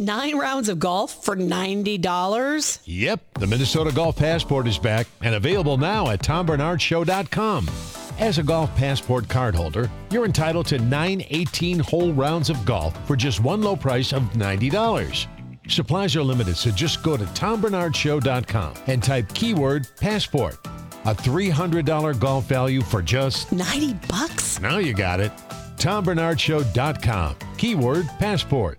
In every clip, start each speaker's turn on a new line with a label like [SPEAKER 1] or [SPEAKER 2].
[SPEAKER 1] Nine rounds of golf for $90?
[SPEAKER 2] Yep, the Minnesota Golf Passport is back and available now at tombernardshow.com. As a Golf Passport cardholder, you're entitled to nine 18 hole rounds of golf for just one low price of $90. Supplies are limited, so just go to tombernardshow.com and type keyword passport. A $300 golf value for just,
[SPEAKER 1] 90 bucks?
[SPEAKER 2] now you got it, tombernardshow.com, keyword passport.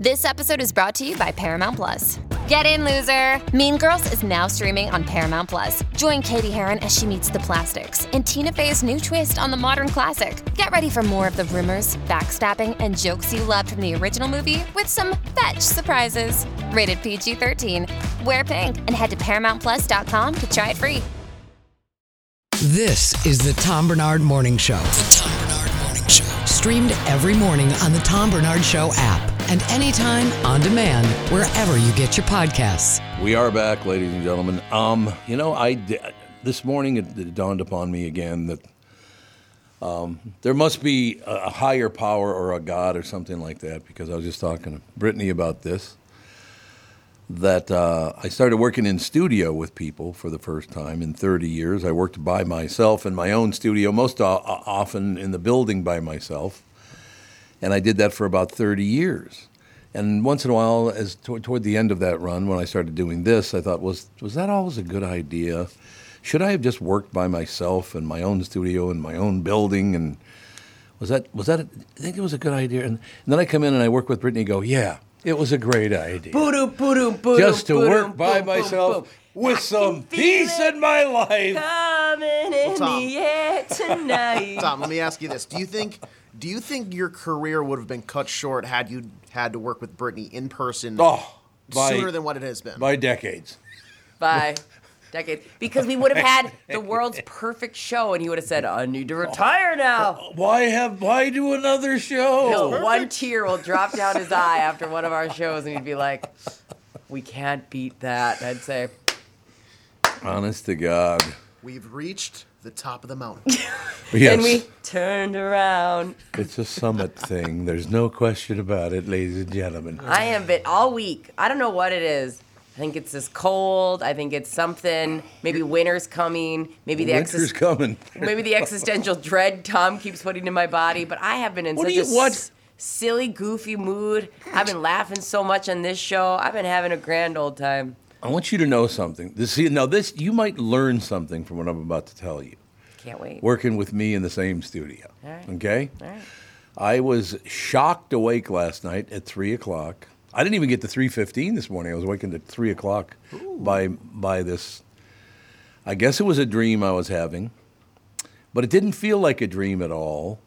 [SPEAKER 3] This episode is brought to you by Paramount Plus. Get in, loser! Mean Girls is now streaming on Paramount Plus. Join Katie Heron as she meets the plastics and Tina Fey's new twist on the modern classic. Get ready for more of the rumors, backstabbing, and jokes you loved from the original movie with some fetch surprises. Rated PG 13. Wear pink and head to ParamountPlus.com to try it free.
[SPEAKER 4] This is the Tom Bernard Morning Show. The Tom Bernard Morning Show. Streamed every morning on the Tom Bernard Show app and anytime on demand wherever you get your podcasts.
[SPEAKER 5] We are back, ladies and gentlemen. Um, you know, I d- this morning it, it dawned upon me again that um, there must be a, a higher power or a god or something like that because I was just talking to Brittany about this. That uh, I started working in studio with people for the first time in 30 years. I worked by myself in my own studio, most o- o- often in the building by myself and I did that for about 30 years. And once in a while, as to- toward the end of that run, when I started doing this, I thought, was was that always a good idea? Should I have just worked by myself in my own studio in my own building? And was that was that? A, I think it was a good idea. And, and then I come in and I work with Brittany. and Go, yeah, it was a great idea.
[SPEAKER 6] Boodoo, boodoo, boodoo,
[SPEAKER 5] just to
[SPEAKER 6] boodoo,
[SPEAKER 5] work by
[SPEAKER 6] boom, boom,
[SPEAKER 5] myself
[SPEAKER 6] boom.
[SPEAKER 5] with some peace in my life.
[SPEAKER 6] Coming in
[SPEAKER 7] Tom.
[SPEAKER 6] the air tonight.
[SPEAKER 7] Tom, let me ask you this: Do you think, do you think your career would have been cut short had you had to work with Brittany in person
[SPEAKER 5] Oh, by,
[SPEAKER 7] sooner than what it has been?
[SPEAKER 5] by decades.
[SPEAKER 6] By decades. Because we would have had the world's perfect show, and he would have said, I need to retire now.
[SPEAKER 5] Why have why do another show?
[SPEAKER 6] Till one tear will drop down his eye after one of our shows, and he'd be like, We can't beat that. And I'd say,
[SPEAKER 5] Honest to God.
[SPEAKER 7] We've reached the top of the mountain.
[SPEAKER 5] Yes.
[SPEAKER 6] And we turned around.
[SPEAKER 5] It's a summit thing. There's no question about it, ladies and gentlemen.
[SPEAKER 6] I am been all week. I don't know what it is. I think it's this cold. I think it's something. Maybe winter's coming. Maybe the
[SPEAKER 5] Winter's
[SPEAKER 6] exis-
[SPEAKER 5] coming.
[SPEAKER 6] maybe the existential dread Tom keeps putting in my body, but I have been in
[SPEAKER 5] What
[SPEAKER 6] such
[SPEAKER 5] do you-
[SPEAKER 6] a
[SPEAKER 5] what?
[SPEAKER 6] s- silly, goofy mood. I've been laughing so much on this show. I've been having a grand old time.
[SPEAKER 5] I want you to know something. This, see, now this you might learn something from what I'm about to tell you.
[SPEAKER 6] Can't wait.
[SPEAKER 5] Working with me in the same studio.
[SPEAKER 6] All right.
[SPEAKER 5] Okay.
[SPEAKER 6] All right.
[SPEAKER 5] I was shocked awake last night at three o'clock. I didn't even get to three fifteen this morning. I was wakened at three o'clock by by this. I guess it was a dream I was having, but it didn't feel like a dream at all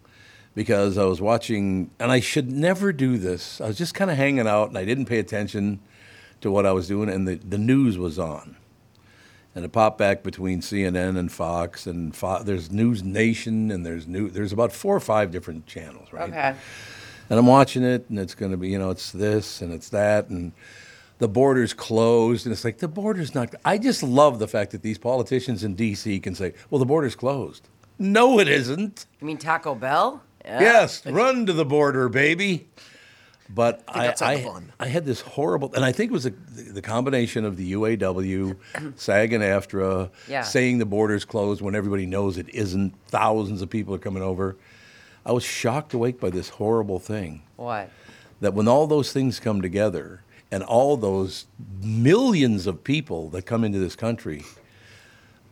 [SPEAKER 5] because I was watching, and I should never do this. I was just kind of hanging out, and I didn't pay attention to what I was doing, and the, the news was on. And it popped back between CNN and Fox, and Fo- there's News Nation, and there's new, there's about four or five different channels, right?
[SPEAKER 6] Okay.
[SPEAKER 5] and I'm watching it, and it's going to be, you know, it's this and it's that, and the border's closed, and it's like the border's not. I just love the fact that these politicians in D.C. can say, "Well, the border's closed." No, it isn't.
[SPEAKER 6] You mean Taco Bell? Yeah.
[SPEAKER 5] Yes, run to the border, baby. But I,
[SPEAKER 7] that's
[SPEAKER 5] I,
[SPEAKER 7] the fun.
[SPEAKER 5] I had this horrible, and I think it was the, the combination of the UAW, SAG and AFTRA,
[SPEAKER 6] Yeah.
[SPEAKER 5] saying the border's closed when everybody knows it isn't. Thousands of people are coming over. I was shocked awake by this horrible thing
[SPEAKER 6] What?
[SPEAKER 5] that when all those things come together and all those millions of people that come into this country,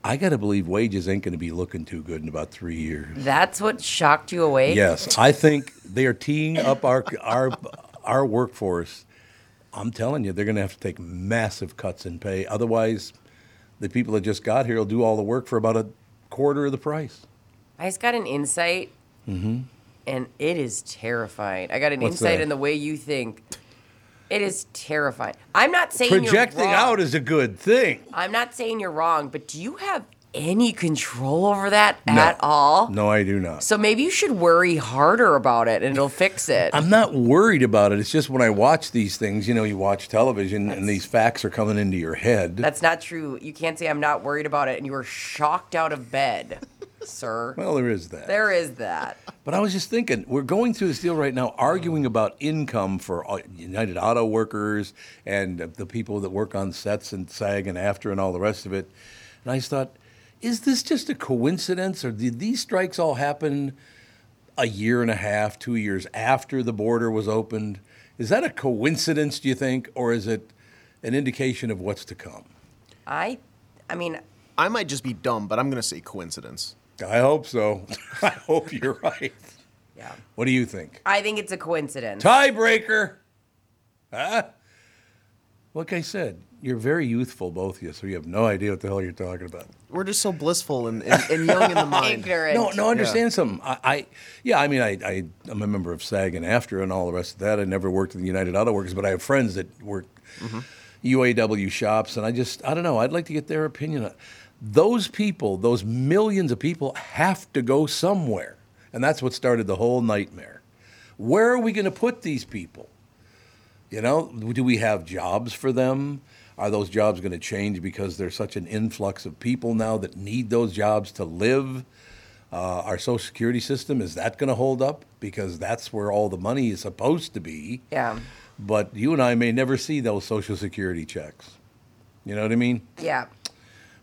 [SPEAKER 5] I got to believe wages ain't going to be looking too good in about three years.
[SPEAKER 6] That's what shocked you awake?
[SPEAKER 5] Yes, I think they are teeing up our our our workforce. I'm telling you, they're going to have to take massive cuts in pay. Otherwise, the people that just got here will do all the work for about a quarter of the price.
[SPEAKER 6] I just got an insight and it is terrifying. I got an
[SPEAKER 5] Mm-hmm. What's
[SPEAKER 6] insight
[SPEAKER 5] that?
[SPEAKER 6] in the way you think. It is terrifying. I'm not saying
[SPEAKER 5] Projecting
[SPEAKER 6] you're wrong.
[SPEAKER 5] out is a good thing.
[SPEAKER 6] I'm not saying you're wrong, but do you have any control over that at all?
[SPEAKER 5] No, I do not.
[SPEAKER 6] So maybe you should worry harder about it and it'll fix it.
[SPEAKER 5] I'm not worried about it. It's just when I watch these things, you know, you watch television and these facts are coming into your head.
[SPEAKER 6] That's not true. You can't say I'm not worried about it and you were shocked out of bed, sir.
[SPEAKER 5] well, there is that.
[SPEAKER 6] There is that.
[SPEAKER 5] But I was just thinking, we're going through this deal right now, arguing about income for all- United Auto Workers and the people that work on sets and SAG and after and all the rest of it. And I just thought, is this just a coincidence, or did these strikes all happen a year and a half, two years after the border was opened? Is that a coincidence, do you think, or is it an indication of what's to come?
[SPEAKER 6] I I mean,
[SPEAKER 8] I might just be dumb, but I'm going to say coincidence.
[SPEAKER 5] I hope so. I hope you're right.
[SPEAKER 6] yeah.
[SPEAKER 5] What do you think?
[SPEAKER 6] I think it's a coincidence.
[SPEAKER 5] Tiebreaker. Huh? Like I said, you're very youthful, both of you, so you have no idea what the hell you're talking about.
[SPEAKER 8] We're just so blissful and, and, and young in the mind.
[SPEAKER 6] Ignorant.
[SPEAKER 5] No, no, understand something. I, I, yeah, I mean, I, I, I'm a member of SAG and AFTER and all the rest of that. I never worked in the United Auto Workers, but I have friends that work UAW shops, and I just, I don't know. I'd like to get their opinion. on Those people, those millions of people, have to go somewhere, and that's what started the whole nightmare. Where are we going to put these people? You know, do we have jobs for them? Are those jobs going to change because there's such an influx of people now that need those jobs to live? Uh, our Social Security system is that going to hold up because that's where all the money is supposed to be?
[SPEAKER 6] Yeah.
[SPEAKER 5] But you and I may never see those Social Security checks. You know what I mean?
[SPEAKER 6] Yeah.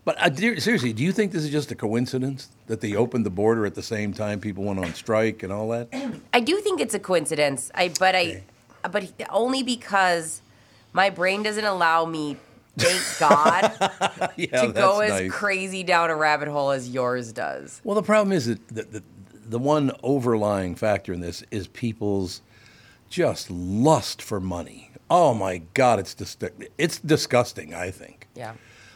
[SPEAKER 5] But uh, dear- seriously, do you think this is just a coincidence that they opened the border at the same time people went on strike and all that?
[SPEAKER 6] I do think it's a coincidence. I but I but he- only because my brain doesn't allow me thank God
[SPEAKER 5] yeah,
[SPEAKER 6] to go as crazy down a rabbit hole as yours does.
[SPEAKER 5] Well, the problem is that the, the, the one overlying factor in this is people's just lust for money. Oh my God, it's dis- it's disgusting. I think.
[SPEAKER 6] Yeah.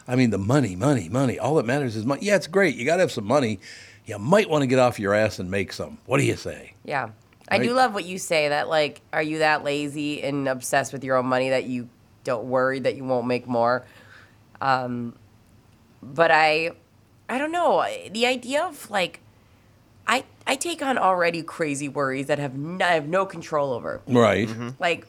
[SPEAKER 5] I mean, the money, money, money. All that matters is money. Yeah, it's great. You got to have some money. You might want to get off your ass and make some. What do you say?
[SPEAKER 6] Yeah. I do
[SPEAKER 5] Right.
[SPEAKER 6] love what you say that like are you that lazy and obsessed with your own money that you don't worry that you won't make more? Um but I I don't know. I- The idea of like I I take on already crazy worries that have n- I have no control over.
[SPEAKER 5] Right.
[SPEAKER 6] like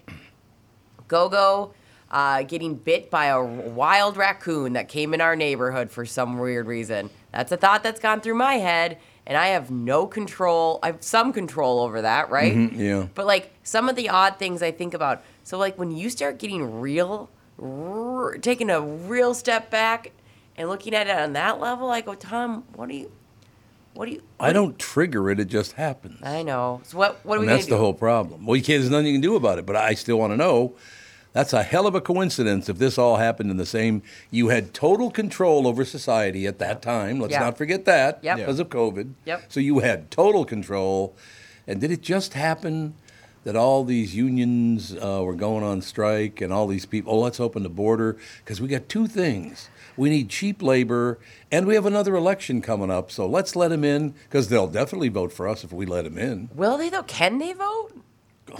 [SPEAKER 6] Gogo uh, getting bit by a wild raccoon that came in our neighborhood for some weird reason. That's a thought that's gone through my head, and I have no control. I have some control over that, right?
[SPEAKER 5] Mm-hmm, Yeah.
[SPEAKER 6] But like some of the odd things I think about. So like when you start getting real, r- taking a real step back and looking at it on that level, I go, Tom, what do you, what do you?
[SPEAKER 5] I don't trigger it. It just happens.
[SPEAKER 6] I know. So what? What are we
[SPEAKER 5] And
[SPEAKER 6] gonna
[SPEAKER 5] that's
[SPEAKER 6] do?
[SPEAKER 5] the whole problem. Well, you can't, there's nothing you can do about it, but I still want to know. That's a hell of a coincidence if this all happened in the same. You had total control over society at that time. Let's
[SPEAKER 6] Yeah.
[SPEAKER 5] not forget that
[SPEAKER 6] Yep.
[SPEAKER 5] because of COVID.
[SPEAKER 6] Yep.
[SPEAKER 5] So you had total control. And did it just happen that all these unions uh, were going on strike and all these people, oh, let's open the border? Because we got two things. We need cheap labor and we have another election coming up. So let's let them in because they'll definitely vote for us if we let them in.
[SPEAKER 6] Will they though? Can they vote?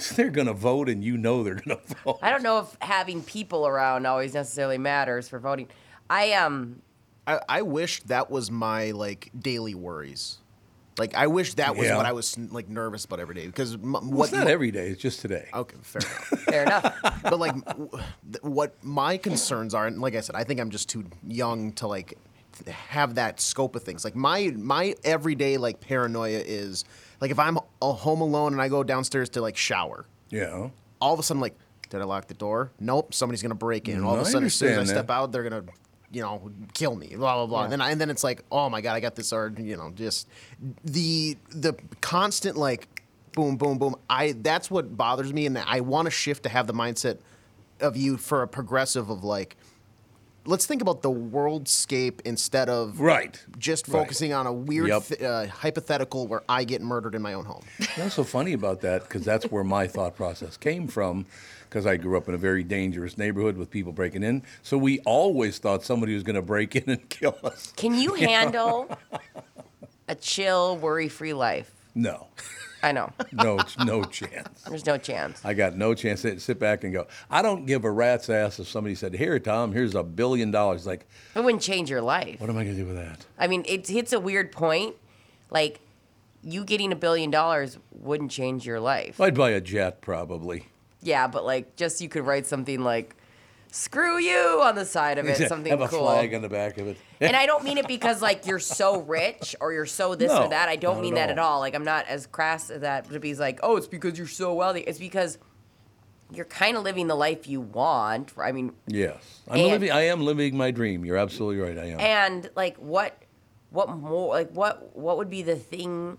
[SPEAKER 5] They're going to vote, and you know they're going to vote.
[SPEAKER 6] I don't know if having people around always necessarily matters for voting. I um
[SPEAKER 8] I, I wish that was my like daily worries. Like I wish that was
[SPEAKER 5] Yeah.
[SPEAKER 8] what I was like nervous about every day because m-
[SPEAKER 5] Well,
[SPEAKER 8] what
[SPEAKER 5] it's not every day. It's just today.
[SPEAKER 6] Oh.
[SPEAKER 8] okay fair enough.
[SPEAKER 6] fair enough.
[SPEAKER 8] but like w- th- what my concerns are and like I said I think I'm just too young to like th- have that scope of things. Like my my everyday like paranoia is like if I'm a home alone and I go downstairs to like shower,
[SPEAKER 5] Yeah.
[SPEAKER 8] all of a sudden like did I lock the door? Nope, somebody's gonna break in. And all
[SPEAKER 5] No,
[SPEAKER 8] of a
[SPEAKER 5] I
[SPEAKER 8] sudden, as soon as I
[SPEAKER 5] understand that.
[SPEAKER 8] step out, they're gonna, you know, kill me. Blah blah blah. And then I, and then it's like, oh my god, I got this. Or you know, just the the constant like, boom boom boom. I that's what bothers me, and I want to shift to have the mindset of you for a progressive of like, let's think about the worldscape instead of
[SPEAKER 5] Right.
[SPEAKER 8] Just
[SPEAKER 5] Right.
[SPEAKER 8] focusing on a weird
[SPEAKER 5] Yep.
[SPEAKER 8] th- uh, hypothetical where I get murdered in my own home.
[SPEAKER 5] That's so funny about that because that's where my thought process came from because I grew up in a very dangerous neighborhood with people breaking in. So we always thought somebody was going to break in and kill us.
[SPEAKER 6] Can you handle a chill, worry-free life?
[SPEAKER 5] No.
[SPEAKER 6] I know.
[SPEAKER 5] No, no chance.
[SPEAKER 6] There's no chance.
[SPEAKER 5] I got no chance to sit back and go. I don't give a rat's ass if somebody said, "Here, Tom, here's a billion dollars." Like,
[SPEAKER 6] It wouldn't change your life.
[SPEAKER 5] what am I going to do with that?
[SPEAKER 6] I mean, it hits a weird point. Like, you getting a billion dollars wouldn't change your life.
[SPEAKER 5] I'd buy a jet probably.
[SPEAKER 6] Yeah, but like, just you could write something like, screw you on the side of it, something
[SPEAKER 5] Have a
[SPEAKER 6] cool.
[SPEAKER 5] flag on the back of it.
[SPEAKER 6] and I don't mean it because like you're so rich or you're so this
[SPEAKER 5] No,
[SPEAKER 6] or that. I
[SPEAKER 5] not
[SPEAKER 6] don't mean
[SPEAKER 5] at
[SPEAKER 6] that at
[SPEAKER 5] all.
[SPEAKER 6] all. Like I'm not as crass as that to be like, oh, it's because you're so wealthy. It's because you're kind of living the life you want. I mean,
[SPEAKER 5] Yes, I'm
[SPEAKER 6] And-
[SPEAKER 5] living. I am living my dream. You're absolutely right. I am.
[SPEAKER 6] and like what, what more? Like what? What would be the thing?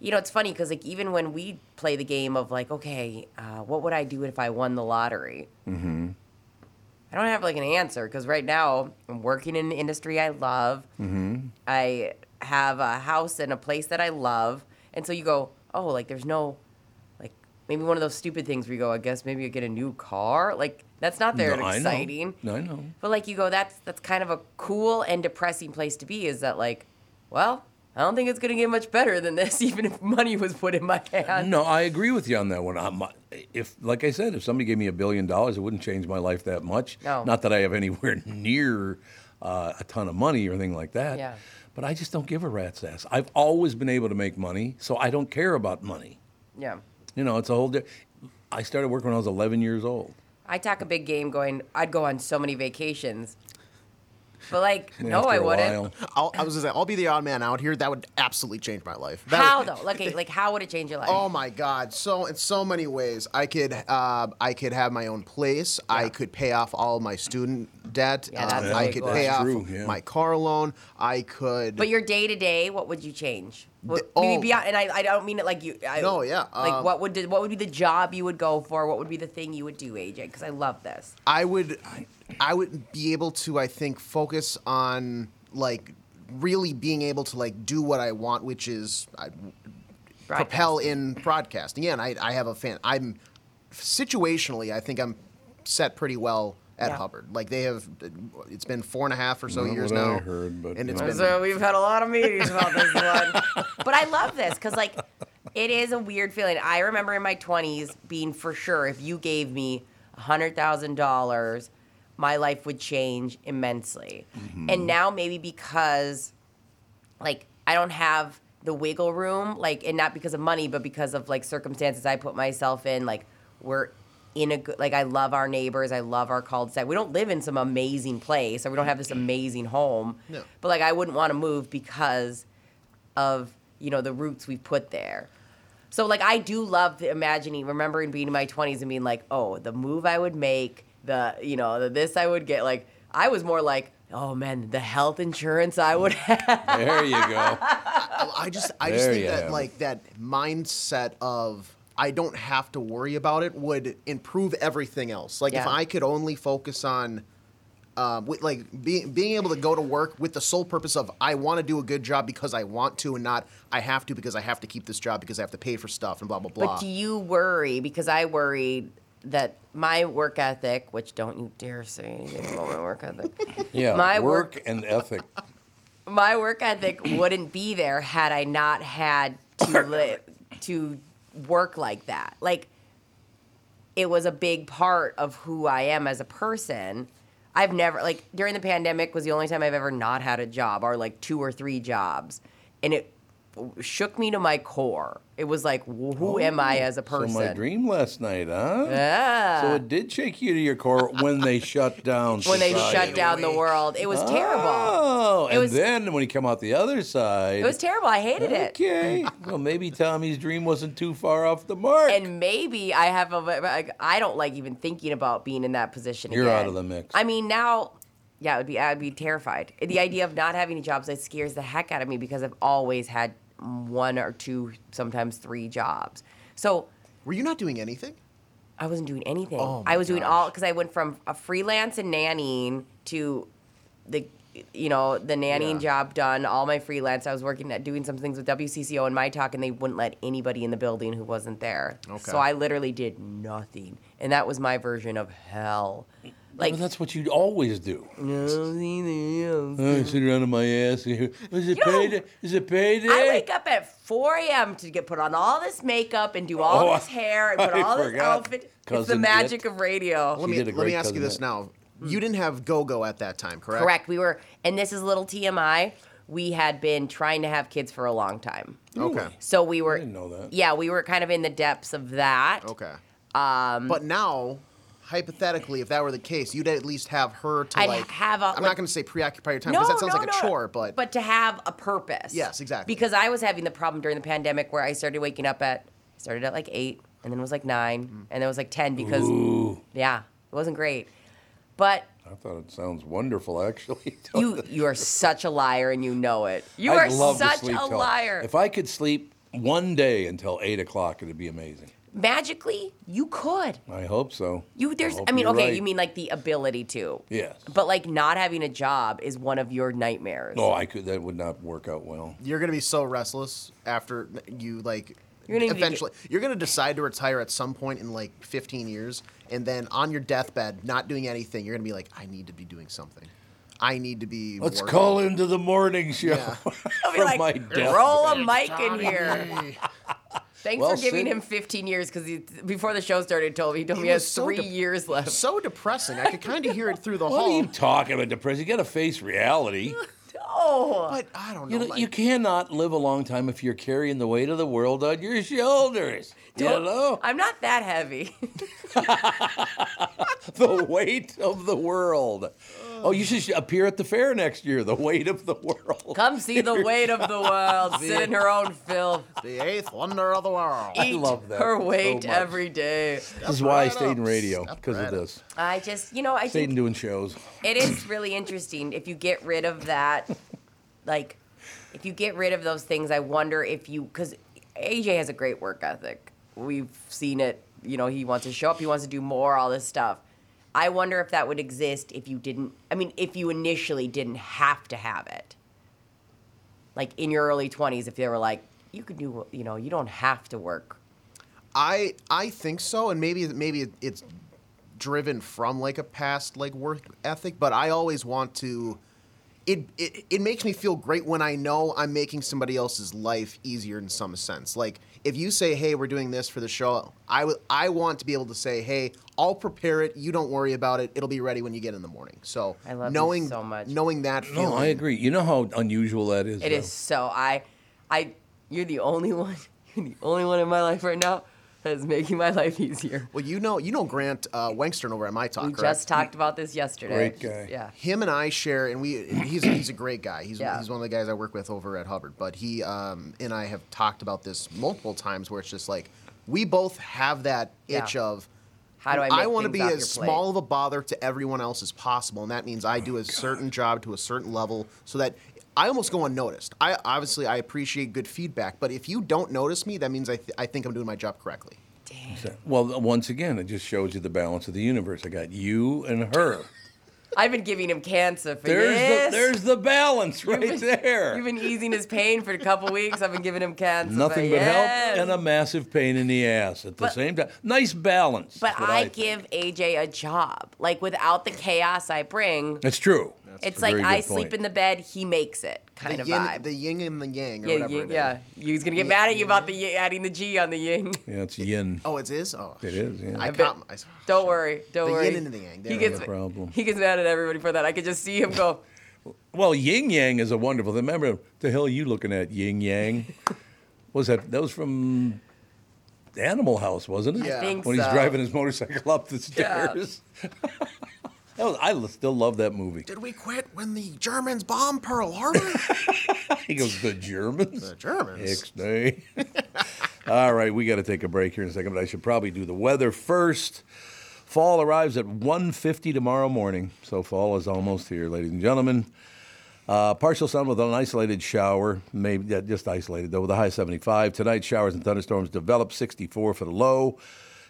[SPEAKER 6] You know, it's funny because like even when we play the game of like, okay, uh, what would I do if I won the lottery? Mm-hmm. I don't have like an answer because right now I'm working in an industry I love.
[SPEAKER 5] Mm-hmm.
[SPEAKER 6] I have a house and a place that I love. And so you go, oh, like there's no, like maybe one of those stupid things where you go, I guess maybe you get a new car. Like that's not very
[SPEAKER 5] No, I know.
[SPEAKER 6] exciting.
[SPEAKER 5] No, I know.
[SPEAKER 6] But like you go, that's that's kind of a cool and depressing place to be. Is that like, well, I don't think it's gonna get much better than this, even if money was put in my hand.
[SPEAKER 5] No, I agree with you on that one. I'm, if, like I said, if somebody gave me a billion dollars, it wouldn't change my life that much.
[SPEAKER 6] No.
[SPEAKER 5] Not that I have anywhere near uh, a ton of money or anything like that.
[SPEAKER 6] Yeah.
[SPEAKER 5] But I just don't give a rat's ass. I've always been able to make money, so I don't care about money.
[SPEAKER 6] Yeah.
[SPEAKER 5] You know, it's a whole. Di- I started working when I was 11 years old.
[SPEAKER 6] I talk a big game going, I'd go on so many vacations. But like, no,
[SPEAKER 5] After
[SPEAKER 6] I
[SPEAKER 5] a
[SPEAKER 6] wudn't
[SPEAKER 5] while-
[SPEAKER 8] I'll, I was gonna say, I'll be the odd man out here. That would absolutely change my life. That
[SPEAKER 6] How
[SPEAKER 8] would-
[SPEAKER 6] though? Like, like how would it change your life?
[SPEAKER 8] Oh my God! So in so many ways, I could uh, I could have my own place. I could pay off all my student debt.
[SPEAKER 6] Yeah, that's
[SPEAKER 8] I
[SPEAKER 6] a
[SPEAKER 8] could
[SPEAKER 6] big
[SPEAKER 8] pay
[SPEAKER 5] one.
[SPEAKER 8] off
[SPEAKER 5] True, yeah.
[SPEAKER 8] my car loan. I could.
[SPEAKER 6] But your day to day, what would you change? What,
[SPEAKER 8] The-
[SPEAKER 6] maybe
[SPEAKER 8] oh.
[SPEAKER 6] beyond, and I, I don't mean it like you. I,
[SPEAKER 8] No, yeah,
[SPEAKER 6] Like
[SPEAKER 8] um,
[SPEAKER 6] what would the- what would be the job you would go for? What would be the thing you would do, AJ? Because I love this.
[SPEAKER 8] I would I would be able to I think focus on like really being able to like do what I want, which is I, propel in broadcasting. Yeah, and I, I have a fan. I'm situationally, I think I'm set pretty well at
[SPEAKER 6] Yeah.
[SPEAKER 8] Hubbard. Like they have, it's been four and a half or so
[SPEAKER 5] Not
[SPEAKER 8] years
[SPEAKER 5] what I
[SPEAKER 8] now,
[SPEAKER 5] heard, but,
[SPEAKER 8] and it's
[SPEAKER 5] you know.
[SPEAKER 8] been
[SPEAKER 6] So we've had a lot of meetings about this one, but I love this because like it is a weird feeling. I remember in my twenties being for sure if you gave me a hundred thousand dollars, my life would change immensely. And now maybe because like I don't have the wiggle room, like, and not because of money, but because of like circumstances I put myself in. Like, we're in a good, like, I love our neighbors, I love our cul-de-sac. We don't live in some amazing place, or we don't have this amazing home.
[SPEAKER 8] No.
[SPEAKER 6] But like, I wouldn't want to move because of you know the roots we've put there. So like I do love the imagining, remembering being in my twenties and being like, oh, the move I would make, the you know the this I would get. Like I was more like, oh man, the health insurance I would have.
[SPEAKER 5] There you go.
[SPEAKER 8] I just I just
[SPEAKER 5] There
[SPEAKER 8] think
[SPEAKER 5] you
[SPEAKER 8] that
[SPEAKER 5] have it.
[SPEAKER 8] like that mindset of I don't have to worry about it would improve everything else. Like if
[SPEAKER 6] Yeah.
[SPEAKER 8] I could only focus on um, with, like being being able to go to work with the sole purpose of I want to do a good job because I want to and not I have to because I have to keep this job because I have to pay for stuff and blah blah blah.
[SPEAKER 6] But do you worry? Because I worry that my work ethic, which don't you dare say anything about my work ethic,
[SPEAKER 5] Yeah.
[SPEAKER 6] My
[SPEAKER 5] work,
[SPEAKER 6] work-
[SPEAKER 5] and ethic.
[SPEAKER 6] my work ethic wouldn't be there had I not had to live to work like that. Like it was a big part of who I am as a person. I've never like during the pandemic was the only time I've ever not had a job or like two or three jobs, and it shook me to my core. It was like, wh- who am I as a person?
[SPEAKER 5] Oh, So my dream last night, huh?
[SPEAKER 6] Yeah.
[SPEAKER 5] So it did shake you to your core when they shut down.
[SPEAKER 6] when they
[SPEAKER 5] society.
[SPEAKER 6] shut down the world. It was terrible.
[SPEAKER 5] Oh,
[SPEAKER 6] It
[SPEAKER 5] and
[SPEAKER 6] was-
[SPEAKER 5] then when he come out the other side,
[SPEAKER 6] It was terrible. I hated it.
[SPEAKER 5] Okay, well maybe Tommy's dream wasn't too far off the mark.
[SPEAKER 6] And maybe I have a. Like, I don't like even thinking about being in that position.
[SPEAKER 5] You're
[SPEAKER 6] again.
[SPEAKER 5] out of the mix.
[SPEAKER 6] I mean, now, yeah, it would be. I'd be terrified. The idea of not having a job that scares the heck out of me because I've always had one or two, sometimes three jobs. So
[SPEAKER 8] Were you not doing anything?
[SPEAKER 6] I wasn't doing anything.
[SPEAKER 8] Oh my
[SPEAKER 6] I was doing
[SPEAKER 8] gosh.
[SPEAKER 6] all because I went from a freelance and nannying to the you know the nannying job done. All my freelance. I was working at doing some things with WCCO and my talk, and they wouldn't let anybody in the building who wasn't there.
[SPEAKER 8] Okay.
[SPEAKER 6] So I literally did nothing, and that was my version of hell. Like,
[SPEAKER 5] Well, that's what you always do.
[SPEAKER 6] I
[SPEAKER 5] I sit around on my ass. and- Is it
[SPEAKER 6] You know,
[SPEAKER 5] payday? Is it payday?
[SPEAKER 6] wake up at 4 a.m. to get put on all this makeup and do all
[SPEAKER 5] Oh,
[SPEAKER 6] this hair and put
[SPEAKER 5] I
[SPEAKER 6] all this
[SPEAKER 5] forgot.
[SPEAKER 6] outfit. it's the
[SPEAKER 5] Cousin
[SPEAKER 6] magic
[SPEAKER 5] It.
[SPEAKER 6] of radio.
[SPEAKER 8] Let
[SPEAKER 5] She
[SPEAKER 8] me
[SPEAKER 5] did a
[SPEAKER 8] let me
[SPEAKER 5] great
[SPEAKER 8] ask you
[SPEAKER 5] cousin
[SPEAKER 8] this
[SPEAKER 5] Ed.
[SPEAKER 8] now. You didn't have go-go at that time, correct?
[SPEAKER 6] Hmm. Correct. We were, and this is a little TMI. We had been trying to have kids for a long time.
[SPEAKER 8] Okay.
[SPEAKER 6] So we were.
[SPEAKER 5] didn't know that.
[SPEAKER 6] Yeah, we were kind of in the depths of that.
[SPEAKER 8] Okay. Um, but now, hypothetically, if that were the case, you'd at least have her to
[SPEAKER 6] I'd
[SPEAKER 8] like
[SPEAKER 6] have a-
[SPEAKER 8] I'm
[SPEAKER 6] like-
[SPEAKER 8] not going to say preoccupy your time
[SPEAKER 6] No,
[SPEAKER 8] because that sounds
[SPEAKER 6] no,
[SPEAKER 8] like
[SPEAKER 6] no,
[SPEAKER 8] a chore, but
[SPEAKER 6] but to have a purpose.
[SPEAKER 8] Yes, exactly.
[SPEAKER 6] Because I was having the problem during the pandemic where I started waking up at started at like eight, and then it was like nine, and then it was like ten because yeah, it wasn't great. But
[SPEAKER 5] I thought it sounds wonderful, actually.
[SPEAKER 6] you you are such a liar, and you know it. You
[SPEAKER 5] I'd
[SPEAKER 6] are
[SPEAKER 5] love to
[SPEAKER 6] such
[SPEAKER 5] sleep
[SPEAKER 6] a
[SPEAKER 5] till-
[SPEAKER 6] liar.
[SPEAKER 5] If I could sleep one day until eight o'clock, it'd be amazing.
[SPEAKER 6] Magically, you could.
[SPEAKER 5] I hope so.
[SPEAKER 6] You there's
[SPEAKER 5] hope
[SPEAKER 6] I mean
[SPEAKER 5] Oh, you're
[SPEAKER 6] okay,
[SPEAKER 5] right.
[SPEAKER 6] you mean like the ability to.
[SPEAKER 5] Yes.
[SPEAKER 6] But like not having a job is one of your nightmares.
[SPEAKER 5] Oh, I could. That would not work out well.
[SPEAKER 8] you're going to be so restless after you like
[SPEAKER 6] You're gonna need to get-
[SPEAKER 8] eventually you're going to decide to retire at some point in like 15 years and then on your deathbed not doing anything, you're going to be like I need to be doing something. I need to be
[SPEAKER 5] Let's
[SPEAKER 8] working."
[SPEAKER 5] call into the morning show.
[SPEAKER 6] I'll be
[SPEAKER 5] From
[SPEAKER 6] like,
[SPEAKER 5] my death.
[SPEAKER 6] roll a mic in here. Thanks
[SPEAKER 5] Well,
[SPEAKER 6] for giving
[SPEAKER 5] Sid-
[SPEAKER 6] him 15 years because before the show started, told me he told me he
[SPEAKER 8] was
[SPEAKER 6] has
[SPEAKER 8] so
[SPEAKER 6] three
[SPEAKER 8] dep-
[SPEAKER 6] years left.
[SPEAKER 8] So depressing. I could kind of hear it through the
[SPEAKER 5] What are
[SPEAKER 8] hall,
[SPEAKER 5] you talking about, depressed? You got to face reality.
[SPEAKER 6] Oh,
[SPEAKER 8] but I don't know.
[SPEAKER 5] You, know,
[SPEAKER 8] like-
[SPEAKER 5] you cannot live a long time if you're carrying the weight of the world on your shoulders. You know?
[SPEAKER 6] I'm not that heavy.
[SPEAKER 5] the weight of the world. Oh, you should appear at the fair next year. The weight of the world.
[SPEAKER 6] Come see the weight of the world. Sit in her own filth.
[SPEAKER 8] the eighth wonder of the world.
[SPEAKER 6] Eat
[SPEAKER 5] love that
[SPEAKER 6] her
[SPEAKER 5] so
[SPEAKER 6] weight
[SPEAKER 5] much.
[SPEAKER 6] every day.
[SPEAKER 5] This is why I
[SPEAKER 8] right
[SPEAKER 5] stayed in
[SPEAKER 8] up.
[SPEAKER 5] radio
[SPEAKER 8] Step
[SPEAKER 5] because
[SPEAKER 8] right
[SPEAKER 5] of
[SPEAKER 8] up.
[SPEAKER 5] this.
[SPEAKER 6] I just, you know, I
[SPEAKER 5] Stayed in
[SPEAKER 6] think
[SPEAKER 5] doing shows.
[SPEAKER 6] it is really interesting if you get rid of that like if you get rid of those things i wonder if you because aj has a great work ethic we've seen it you know he wants to show up he wants to do more all this stuff i wonder if that would exist if you didn't i mean if you initially didn't have to have it like in your early 20s if they were like you could do you know you don't have to work
[SPEAKER 8] I I think so, and maybe maybe it- it's driven from like a past like work ethic, but I always want to. It, it it makes me feel great when I know I'm making somebody else's life easier in some sense. Like if you say, "Hey, we're doing this for the show," I w- I want to be able to say, "Hey, I'll prepare it. You don't worry about it. It'll be ready when you get in the morning." So
[SPEAKER 6] I love you
[SPEAKER 8] knowing
[SPEAKER 6] so much.
[SPEAKER 8] knowing that feeling.
[SPEAKER 5] No, I agree. You know how unusual that is.
[SPEAKER 6] It is so I I you're the only one you're the only one in my life right now that is making my life easier.
[SPEAKER 8] Well, you know you know Grant uh, Wengstern over at my talk.
[SPEAKER 6] We
[SPEAKER 8] correct?
[SPEAKER 6] just talked about this yesterday.
[SPEAKER 5] Great guy.
[SPEAKER 6] Yeah.
[SPEAKER 8] him and I share, and we and he's he's a great guy. He's
[SPEAKER 6] Yeah.
[SPEAKER 8] he's one of the guys I work with over at Hubbard. But he um, and I have talked about this multiple times, where it's just like we both have that itch
[SPEAKER 6] Yeah.
[SPEAKER 8] of.
[SPEAKER 6] How do I make
[SPEAKER 8] want to
[SPEAKER 6] things
[SPEAKER 8] be
[SPEAKER 6] off your
[SPEAKER 8] as
[SPEAKER 6] plate?
[SPEAKER 8] small of a bother to everyone else as possible, and that means I do a certain job to a certain level so that I almost go unnoticed. I obviously I appreciate good feedback, but if you don't notice me, that means I, th- I think I'm doing my job correctly.
[SPEAKER 5] Well, uh, once again, it just shows you the balance of the universe. I got you and her.
[SPEAKER 6] I've been giving him cancer for
[SPEAKER 5] There's
[SPEAKER 6] this.
[SPEAKER 5] the there's the balance right there.
[SPEAKER 6] You've been easing his pain for a couple weeks. I've been giving him cancer.
[SPEAKER 5] Nothing but
[SPEAKER 6] yes.
[SPEAKER 5] help and a massive pain in the ass at the same time. Nice balance.
[SPEAKER 6] But
[SPEAKER 5] is what
[SPEAKER 6] I,
[SPEAKER 5] think.
[SPEAKER 6] give AJ a job. Like without the chaos I bring,
[SPEAKER 5] That's true.
[SPEAKER 6] it's like I sleep in the bed, he makes it kind
[SPEAKER 8] The
[SPEAKER 6] of
[SPEAKER 8] yin,
[SPEAKER 6] vibe.
[SPEAKER 8] the yin and the yang, or
[SPEAKER 6] yeah,
[SPEAKER 8] whatever.
[SPEAKER 6] yeah,
[SPEAKER 8] it is.
[SPEAKER 6] yeah. He's gonna get mad at you about the y- adding the G on the yin.
[SPEAKER 5] Yeah, it's yin.
[SPEAKER 8] Oh, it is. Oh,
[SPEAKER 5] It is. Yeah.
[SPEAKER 8] I,
[SPEAKER 6] bet-
[SPEAKER 8] com- I
[SPEAKER 6] Don't worry. Don't
[SPEAKER 8] The
[SPEAKER 6] worry.
[SPEAKER 8] yin and the yang, there
[SPEAKER 6] He
[SPEAKER 8] we
[SPEAKER 6] gets
[SPEAKER 5] go. No problem.
[SPEAKER 6] He gets mad at everybody for that. I could just see him go.
[SPEAKER 5] Well, yin yang is a wonderful. thing. Remember, the hell are you looking at yin yang? was that that was from Animal House, wasn't it?
[SPEAKER 8] I Yeah.
[SPEAKER 6] think
[SPEAKER 5] when he's
[SPEAKER 6] so.
[SPEAKER 5] driving his motorcycle up the stairs. that was, I l- still love that movie.
[SPEAKER 8] Did we quit when the Germans bombed Pearl Harbor?
[SPEAKER 5] He goes, the Germans.
[SPEAKER 8] the Germans.
[SPEAKER 5] Ixnay. All right, we got to take a break here in a second, but I should probably do the weather first. Fall arrives at 1:50 tomorrow morning, so fall is almost here, ladies and gentlemen. Uh, partial sun with an isolated shower, maybe yeah, just isolated though, with a high of 75. Tonight, showers and thunderstorms develop, 64 for the low.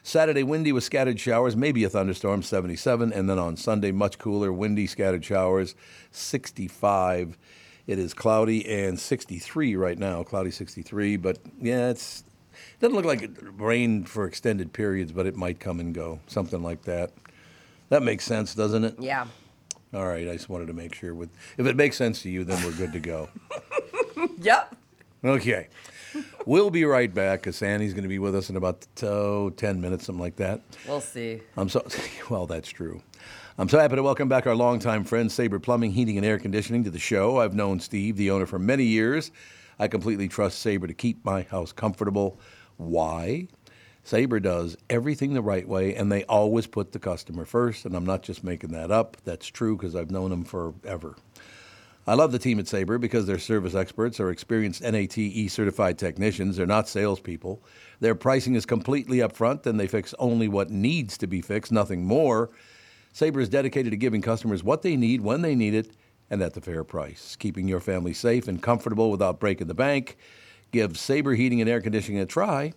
[SPEAKER 5] Saturday, windy with scattered showers, maybe a thunderstorm, 77. And then on Sunday, much cooler, windy, scattered showers, 65. It is cloudy and 63 right now, cloudy 63. But yeah, it's it doesn't look like it rained for extended periods, but it might come and go, something like that. That makes sense, doesn't it?
[SPEAKER 6] Yeah.
[SPEAKER 5] All right, I just wanted to make sure. With if it makes sense to you, then we're good to go.
[SPEAKER 6] Yep.
[SPEAKER 5] Okay. We'll be right back because Annie's going to be with us in about oh, 10 minutes, something like that.
[SPEAKER 6] We'll see.
[SPEAKER 5] I'm so well, that's true. I'm so happy to welcome back our longtime friend Saber Plumbing, Heating, and Air Conditioning to the show. I've known Steve, the owner, for many years. I completely trust Saber to keep my house comfortable. Why? Saber does everything the right way, and they always put the customer first. And I'm not just making that up. That's true because I've known them forever. I love the team at Sabre because their service experts are experienced NATE certified technicians. They're not salespeople. Their pricing is completely upfront and they fix only what needs to be fixed, nothing more. Sabre is dedicated to giving customers what they need when they need it and at the fair price. Keeping your family safe and comfortable without breaking the bank. Give Sabre Heating and Air Conditioning a try.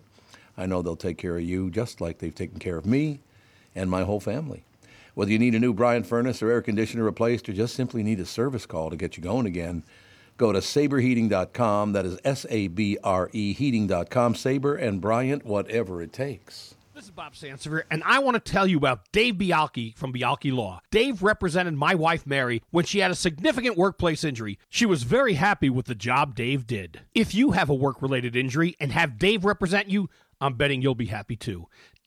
[SPEAKER 5] I know they'll take care of you just like they've taken care of me and my whole family. Whether you need a new Bryan furnace or air conditioner replaced or just simply need a service call to get you going again, go to saberheating.com. That is S A B R E heating.com. Saber and Bryant, whatever it takes.
[SPEAKER 9] This is Bob Sansevier, and I want to tell you about Dave Bialki from Bialki Law. Dave represented my wife Mary when she had a significant workplace injury. She was very happy with the job Dave did. If you have a work related injury and have Dave represent you, I'm betting you'll be happy too.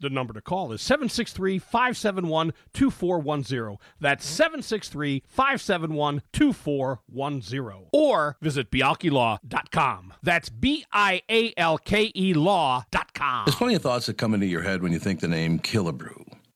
[SPEAKER 9] The number to call is 763 571 2410. That's 763 571 2410. Or visit bialkilaw.com. That's B I A L K E law.com.
[SPEAKER 5] There's plenty of thoughts that come into your head when you think the name Killebrew.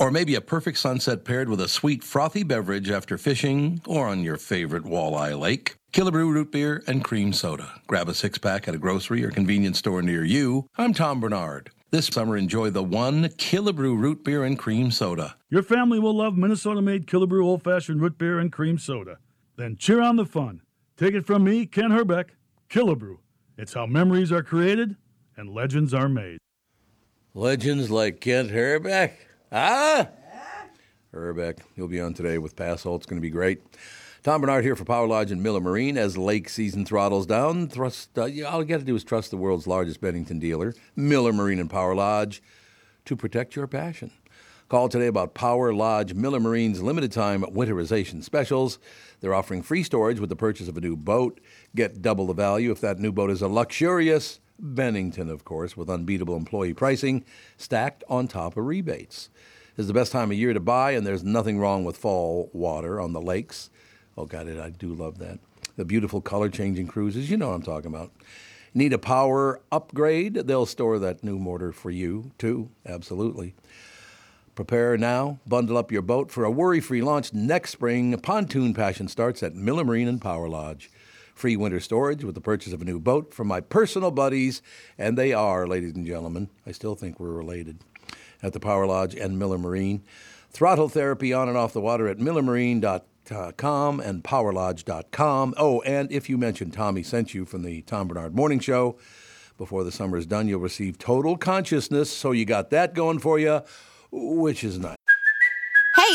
[SPEAKER 5] Or maybe a perfect sunset paired with a sweet, frothy beverage after fishing or on your favorite walleye lake. Killabrew root beer and cream soda. Grab a six pack at a grocery or convenience store near you. I'm Tom Bernard. This summer, enjoy the one Killabrew root beer and cream soda.
[SPEAKER 10] Your family will love Minnesota made Killabrew old fashioned root beer and cream soda. Then cheer on the fun. Take it from me, Ken Herbeck. Killabrew. It's how memories are created and legends are made.
[SPEAKER 5] Legends like Kent Herbeck. Ah! Herbeck, he'll be on today with Passol. It's going to be great. Tom Bernard here for Power Lodge and Miller Marine. As lake season throttles down, thrust, uh, yeah, all you got to do is trust the world's largest Bennington dealer, Miller Marine and Power Lodge, to protect your passion. Call today about Power Lodge Miller Marine's limited time winterization specials. They're offering free storage with the purchase of a new boat. Get double the value if that new boat is a luxurious Bennington, of course, with unbeatable employee pricing stacked on top of rebates. It's the best time of year to buy, and there's nothing wrong with fall water on the lakes. Oh, God, I do love that. The beautiful color changing cruises, you know what I'm talking about. Need a power upgrade? They'll store that new motor for you, too. Absolutely. Prepare now. Bundle up your boat for a worry free launch next spring. Pontoon Passion starts at Miller Marine and Power Lodge. Free winter storage with the purchase of a new boat from my personal buddies, and they are, ladies and gentlemen. I still think we're related at the Power Lodge and Miller Marine. Throttle therapy on and off the water at millermarine.com and powerlodge.com. Oh, and if you mention Tommy sent you from the Tom Bernard Morning Show, before the summer is done, you'll receive total consciousness. So you got that going for you, which is nice.
[SPEAKER 11] Hey,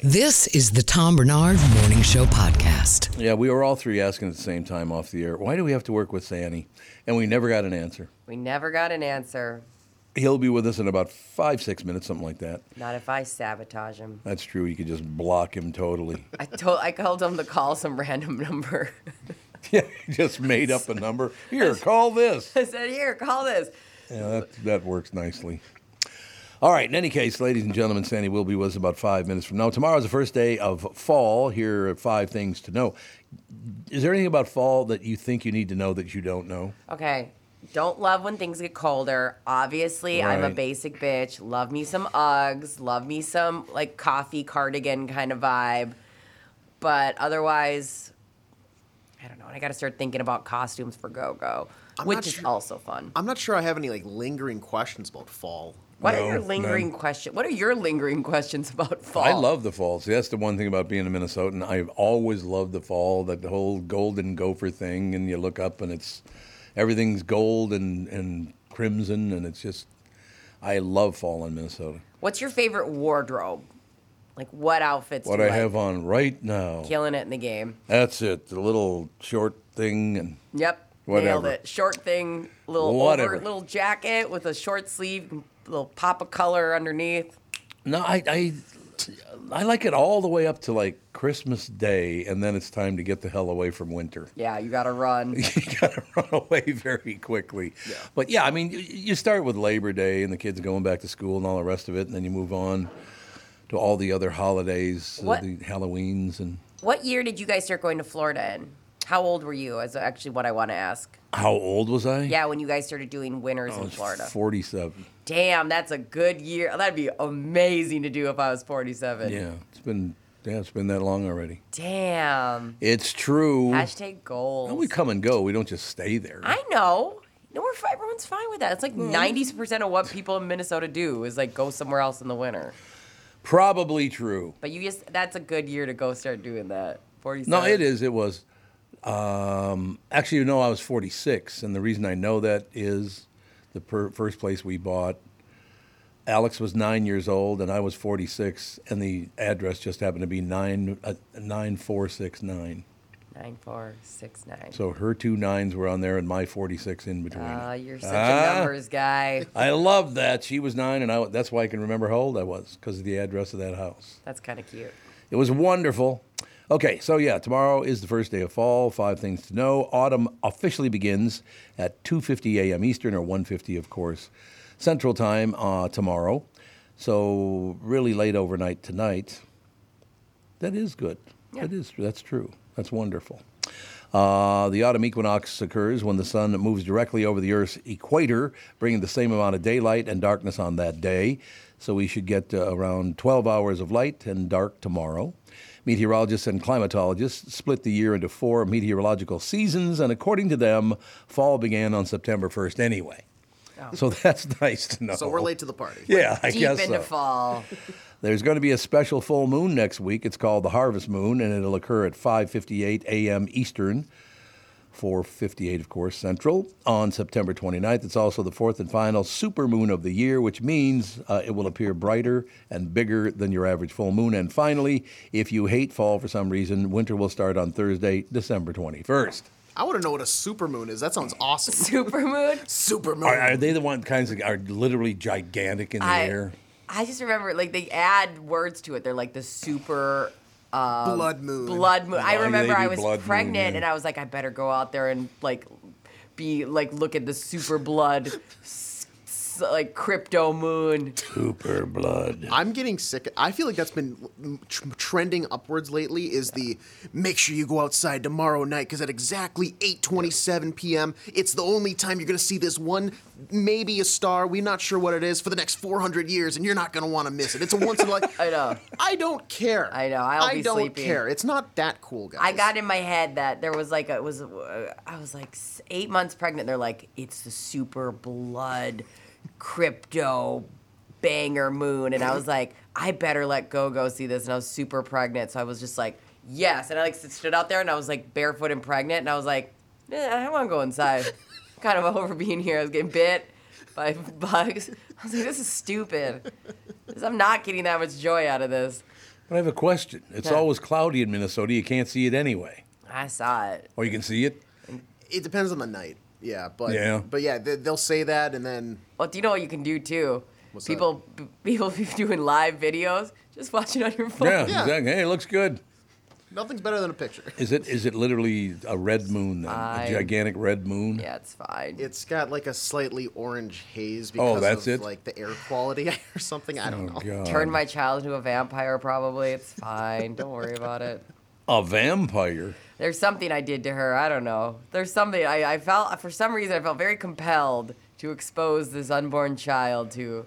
[SPEAKER 4] This is the Tom Bernard Morning Show Podcast.
[SPEAKER 5] Yeah, we were all three asking at the same time off the air, why do we have to work with Sandy? And we never got an answer.
[SPEAKER 6] We never got an answer.
[SPEAKER 5] He'll be with us in about five, six minutes, something like that.
[SPEAKER 6] Not if I sabotage him.
[SPEAKER 5] That's true. You could just block him totally.
[SPEAKER 6] I told I called him to call some random number.
[SPEAKER 5] yeah, he just made up a number. Here, call this.
[SPEAKER 6] I said, "Here, call this."
[SPEAKER 5] Yeah, that, that works nicely. All right, in any case, ladies and gentlemen, Sandy will be with us about five minutes from now. Tomorrow's the first day of fall. Here are five things to know. Is there anything about fall that you think you need to know that you don't know?
[SPEAKER 6] Okay. Don't love when things get colder. Obviously, I'm a
[SPEAKER 5] Right.
[SPEAKER 6] basic bitch. Love me some Uggs. Love me some like coffee cardigan kind of vibe. But otherwise, I don't know. And I got to start thinking about costumes for Go Go,
[SPEAKER 7] I'm
[SPEAKER 6] which
[SPEAKER 7] not
[SPEAKER 6] is
[SPEAKER 7] sure-
[SPEAKER 6] also fun.
[SPEAKER 7] I'm not sure I have any like lingering questions about fall.
[SPEAKER 6] What are your lingering question? What are your lingering questions about fall?
[SPEAKER 5] I love the fall. See, that's the one thing about being a Minnesotan. I've always loved the fall, that the whole golden gopher thing, and you look up and it's everything's gold and, and crimson, and it's just, I love fall in Minnesota.
[SPEAKER 6] What's your favorite wardrobe? Like what outfits?
[SPEAKER 5] What
[SPEAKER 6] do
[SPEAKER 5] I
[SPEAKER 6] you like?
[SPEAKER 5] have on right now.
[SPEAKER 6] Killing it in the game.
[SPEAKER 5] That's it. The little short thing and
[SPEAKER 6] Yep. Nailed
[SPEAKER 5] Whatever.
[SPEAKER 6] it. Short thing, little
[SPEAKER 5] Whatever.
[SPEAKER 6] over, little jacket with a short sleeve, little pop of color underneath.
[SPEAKER 5] No, I, I I like it all the way up to like Christmas Day, and then it's time to get the hell away from winter.
[SPEAKER 6] Yeah, you gotta run.
[SPEAKER 5] You gotta run away very quickly. But yeah, I mean, you, you start with Labor Day and the kids going back to school and all the rest of it, and then you move on to all the other holidays, uh,
[SPEAKER 6] What-
[SPEAKER 5] the Halloweens, and
[SPEAKER 6] what year did you guys start going to Florida in? How old were you? Is actually what I want to ask.
[SPEAKER 5] how old was I?
[SPEAKER 6] Yeah, when you guys started doing winters
[SPEAKER 5] I
[SPEAKER 6] in
[SPEAKER 5] was
[SPEAKER 6] Florida.
[SPEAKER 5] forty-seven.
[SPEAKER 6] Damn, that's a good year. That'd be amazing to do if I was 47.
[SPEAKER 5] Yeah, it's been yeah, it's been that long already.
[SPEAKER 6] Damn.
[SPEAKER 5] It's true.
[SPEAKER 6] Hashtag goals.
[SPEAKER 5] And we come and go. We don't just stay there.
[SPEAKER 6] I know. No, we're fine. Everyone's fine with that. It's like ninety percent of what people in Minnesota do is like go somewhere else in the winter.
[SPEAKER 5] Probably true.
[SPEAKER 6] But you just—that's a good year to go start doing that. Forty-seven.
[SPEAKER 5] No, it is. It was. Um, actually, you know, I was 46, and the reason I know that is the per- first place we bought. Alex was nine years old, and I was 46, and the address just happened to be nine uh, nine four six nine.
[SPEAKER 6] Nine four six nine.
[SPEAKER 5] So her two nines were on there, and my 46 in between.
[SPEAKER 6] Ah, you're such
[SPEAKER 5] Ah.
[SPEAKER 6] a numbers guy.
[SPEAKER 5] I love that she was nine, and I, that's why I can remember how old I was because of the address of that house.
[SPEAKER 6] That's kind of cute.
[SPEAKER 5] It was wonderful. Okay, so yeah, tomorrow is the first day of fall. Five things to know. Autumn officially begins at 2:50 a.m. Eastern or 1:50, of course, Central Time uh, tomorrow. So really late overnight tonight. That is good.
[SPEAKER 6] Yeah.
[SPEAKER 5] That is that's true. That's wonderful. Uh, the autumn equinox occurs when the sun moves directly over the Earth's equator, bringing the same amount of daylight and darkness on that day. So we should get uh, around 12 hours of light and dark tomorrow. Meteorologists and climatologists split the year into four meteorological seasons, and according to them, fall began on September 1st anyway. So that's nice to know.
[SPEAKER 7] So we're late to the party.
[SPEAKER 5] Yeah, I
[SPEAKER 6] Oh. Deep
[SPEAKER 5] guess
[SPEAKER 6] into
[SPEAKER 5] so.
[SPEAKER 6] fall.
[SPEAKER 5] There's going to be a special full moon next week. It's called the Harvest Moon, and it'll occur at 5:58 a.m. Eastern, 4:58, of course, Central, on September 29th. It's also the fourth and final supermoon of the year, which means uh, it will appear brighter and bigger than your average full moon. And finally, if you hate fall for some reason, winter will start on Thursday, December 21st.
[SPEAKER 7] I want to know what a supermoon is. That sounds awesome.
[SPEAKER 6] Supermood.
[SPEAKER 7] supermoon.
[SPEAKER 5] Are, are they the one kinds that are literally gigantic in the
[SPEAKER 6] I-
[SPEAKER 5] air?
[SPEAKER 6] I just remember like they add words to it. They're like the super um,
[SPEAKER 7] Blood moon.
[SPEAKER 6] Blood moon. I
[SPEAKER 5] Why do
[SPEAKER 6] remember
[SPEAKER 5] they do
[SPEAKER 6] I was
[SPEAKER 5] blood moon,
[SPEAKER 6] pregnant
[SPEAKER 5] yeah.
[SPEAKER 6] and I was like, I better go out there and like be like look at the super blood, s- s- like crypto moon.
[SPEAKER 5] Super blood.
[SPEAKER 7] I'm getting sick. I feel like that's been tr- trending upwards lately. Is the make sure you go outside tomorrow night because at exactly 8:27 p.m. it's the only time you're gonna see this one, maybe a star. We're not sure what it is for the next 400 years, and you're not gonna want to miss it. It's a once in a life.
[SPEAKER 6] I know.
[SPEAKER 7] I don't care.
[SPEAKER 6] I know, I'll
[SPEAKER 7] I
[SPEAKER 6] be
[SPEAKER 7] don't
[SPEAKER 6] sleeping.
[SPEAKER 7] care. It's not that cool, guys.
[SPEAKER 6] I got in my head that there was like a, it was uh, I was like s- eight months pregnant. They're like it's the super blood, crypto, banger moon, and I was like I better let go go see this. And I was super pregnant, so I was just like yes, and I like s- stood out there and I was like barefoot and pregnant, and I was like eh, I want to go inside. kind of over being here. I was getting bit by bugs. I was like this is stupid. 'Cause I'm not getting that much joy out of this.
[SPEAKER 5] But I have a question. It's
[SPEAKER 6] Yeah.
[SPEAKER 5] always cloudy in Minnesota. You can't see it anyway,
[SPEAKER 6] I saw it.
[SPEAKER 5] or you can see it.
[SPEAKER 7] It depends on the night. Yeah, but
[SPEAKER 5] Yeah.
[SPEAKER 7] but yeah, they, they'll say that and then.
[SPEAKER 6] Well, do you know what you can do too? people, b- people be doing live videos, just watching on your phone.
[SPEAKER 5] Yeah, exactly. Hey, it looks good.
[SPEAKER 7] Nothing's better than a picture.
[SPEAKER 5] Is it? Is it literally a red moon? Then? A
[SPEAKER 7] Fine.
[SPEAKER 5] gigantic red moon?
[SPEAKER 6] Yeah, it's fine.
[SPEAKER 7] It's got like a slightly orange haze
[SPEAKER 5] Oh,
[SPEAKER 7] because
[SPEAKER 5] that's
[SPEAKER 7] of
[SPEAKER 5] it? Oh,
[SPEAKER 7] like the air quality or something. I don't know.
[SPEAKER 6] Turn my child into a vampire, probably. It's fine. Don't worry about it.
[SPEAKER 5] A vampire.
[SPEAKER 6] There's something I did to her. I don't know. There's something I, I felt, for some reason, I felt very compelled to expose this unborn child to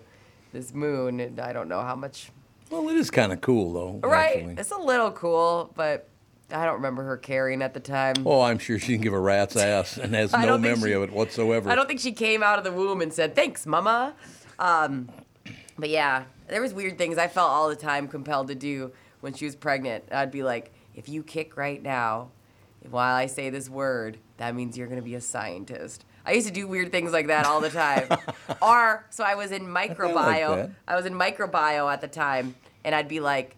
[SPEAKER 6] this moon. And I don't know how much.
[SPEAKER 5] Well, it is kind of cool though.
[SPEAKER 6] Right?
[SPEAKER 5] actually.
[SPEAKER 6] It's a little cool, but I don't remember her carrying at the time.
[SPEAKER 5] Oh, I'm sure she can give a rat's ass and has
[SPEAKER 6] I
[SPEAKER 5] no
[SPEAKER 6] don't think
[SPEAKER 5] memory
[SPEAKER 6] she-
[SPEAKER 5] of it whatsoever.
[SPEAKER 6] I don't think she came out of the womb and said, thanks, mama. Um, but yeah, there was weird things I felt all the time compelled to do when she was pregnant. I'd be like, if you kick right now, while I say this word, that means you're going to be a scientist. I used to do weird things like that all the time. or, so I was in
[SPEAKER 12] that.
[SPEAKER 6] microbio. I was in microbio at the time, and I'd be like,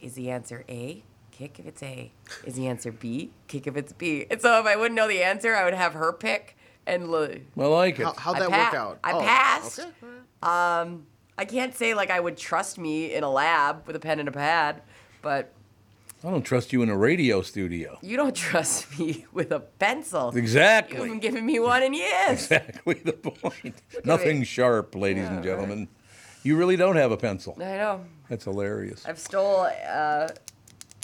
[SPEAKER 6] is the answer A? Kick if it's A. Is the answer B? Kick if it's B. And so if I wouldn't know the answer, I would have her pick and look.
[SPEAKER 5] I like it.
[SPEAKER 7] How, how'd
[SPEAKER 6] I
[SPEAKER 7] that
[SPEAKER 6] pa-
[SPEAKER 7] work out?
[SPEAKER 6] I
[SPEAKER 7] Oh,
[SPEAKER 6] passed.
[SPEAKER 7] okay.
[SPEAKER 6] Um, I can't say like I would trust me in a lab with a pen and a pad, but
[SPEAKER 5] I don't trust you in a radio studio.
[SPEAKER 6] you don't trust me with a pencil.
[SPEAKER 5] Exactly.
[SPEAKER 6] You haven't given me one in years.
[SPEAKER 5] Exactly the point. Nothing sharp, ladies and gentlemen. You really don't have a pencil.
[SPEAKER 6] I know.
[SPEAKER 5] That's hilarious.
[SPEAKER 6] I've stole uh,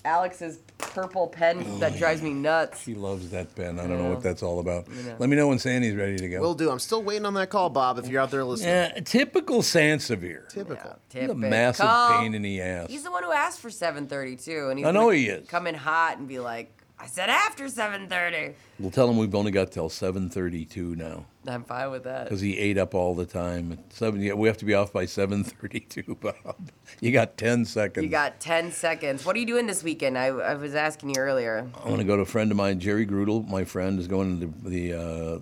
[SPEAKER 6] Alex's purple
[SPEAKER 5] Oh,
[SPEAKER 6] pen that drives me nuts.
[SPEAKER 5] She loves that pen. I don't know
[SPEAKER 6] Yeah.
[SPEAKER 5] what that's all about.
[SPEAKER 6] Yeah.
[SPEAKER 5] Let me know when Sandy's ready to go.
[SPEAKER 7] Will do. I'm still waiting on that call, Bob. If you're out there listening.
[SPEAKER 5] Yeah, typical Sansevier.
[SPEAKER 7] Typical.
[SPEAKER 5] He's a
[SPEAKER 6] Typical.
[SPEAKER 5] massive pain in the ass.
[SPEAKER 6] He's the one who asked for 7:32, and he's
[SPEAKER 5] I know
[SPEAKER 6] gonna
[SPEAKER 5] he is.
[SPEAKER 6] Come in hot and be like, "I said after 7:30."
[SPEAKER 5] We'll tell him we've only got till 7:32 now
[SPEAKER 6] I'm fine with that.
[SPEAKER 5] because he ate up all the time. At seven, yeah, we have to be off by 7:32, Bob. You got 10 seconds.
[SPEAKER 6] You got 10 seconds. What are you doing this weekend? I, I was asking you earlier.
[SPEAKER 5] I'm going to go to a friend of mine, Jerry Grudel. My friend is going to the uh,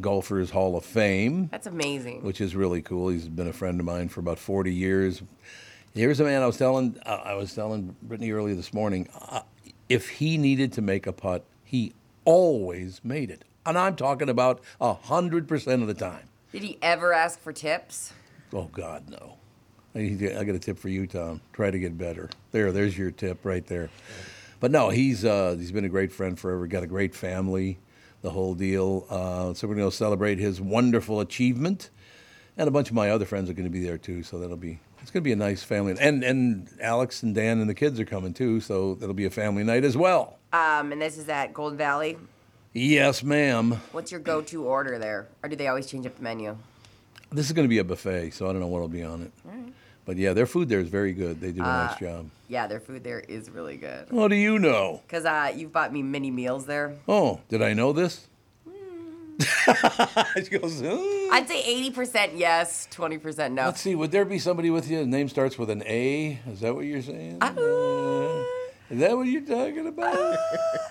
[SPEAKER 5] Golfers Hall of Fame.
[SPEAKER 6] That's amazing.
[SPEAKER 5] Which is really cool. He's been a friend of mine for about 40 years. Here's a man I was telling I I was telling Brittany earlier this morning. Uh, if he needed to make a putt, he always made it, and I'm talking about hundred percent of the time.
[SPEAKER 6] Did he ever ask for tips?
[SPEAKER 5] Oh God, no. I, need to- I got a tip for you, Tom. Try to get better. There, there's your tip right there. But no, he's uh, he's been a great friend forever. Got a great family, the whole deal. Uh, so we're going to celebrate his wonderful achievement, and a bunch of my other friends are going to be there too. So that'll be it's going to be a nice family. And and Alex and Dan and the kids are coming too. So that'll be a family night as well.
[SPEAKER 6] Um, and this is at Golden Valley.
[SPEAKER 5] Yes, ma'am.
[SPEAKER 6] What's your go to order there? Or do they always change up the menu?
[SPEAKER 5] This is going to be a buffet, so I don't know what'll be on it.
[SPEAKER 6] All right.
[SPEAKER 5] But yeah, their food there is very good. They do a nice
[SPEAKER 6] Uh,
[SPEAKER 5] job.
[SPEAKER 6] Yeah, their food there is really good.
[SPEAKER 5] What do you know?
[SPEAKER 6] Because uh, you've bought me mini meals there.
[SPEAKER 5] Oh, did I know this?
[SPEAKER 6] Hmm.
[SPEAKER 5] she goes, "Huh?"
[SPEAKER 6] I'd say 80% yes, 20% no.
[SPEAKER 5] let's see, would there be somebody with you? The name starts with an A. Is that what you're saying? Uh, is that what you're talking about?
[SPEAKER 6] uh,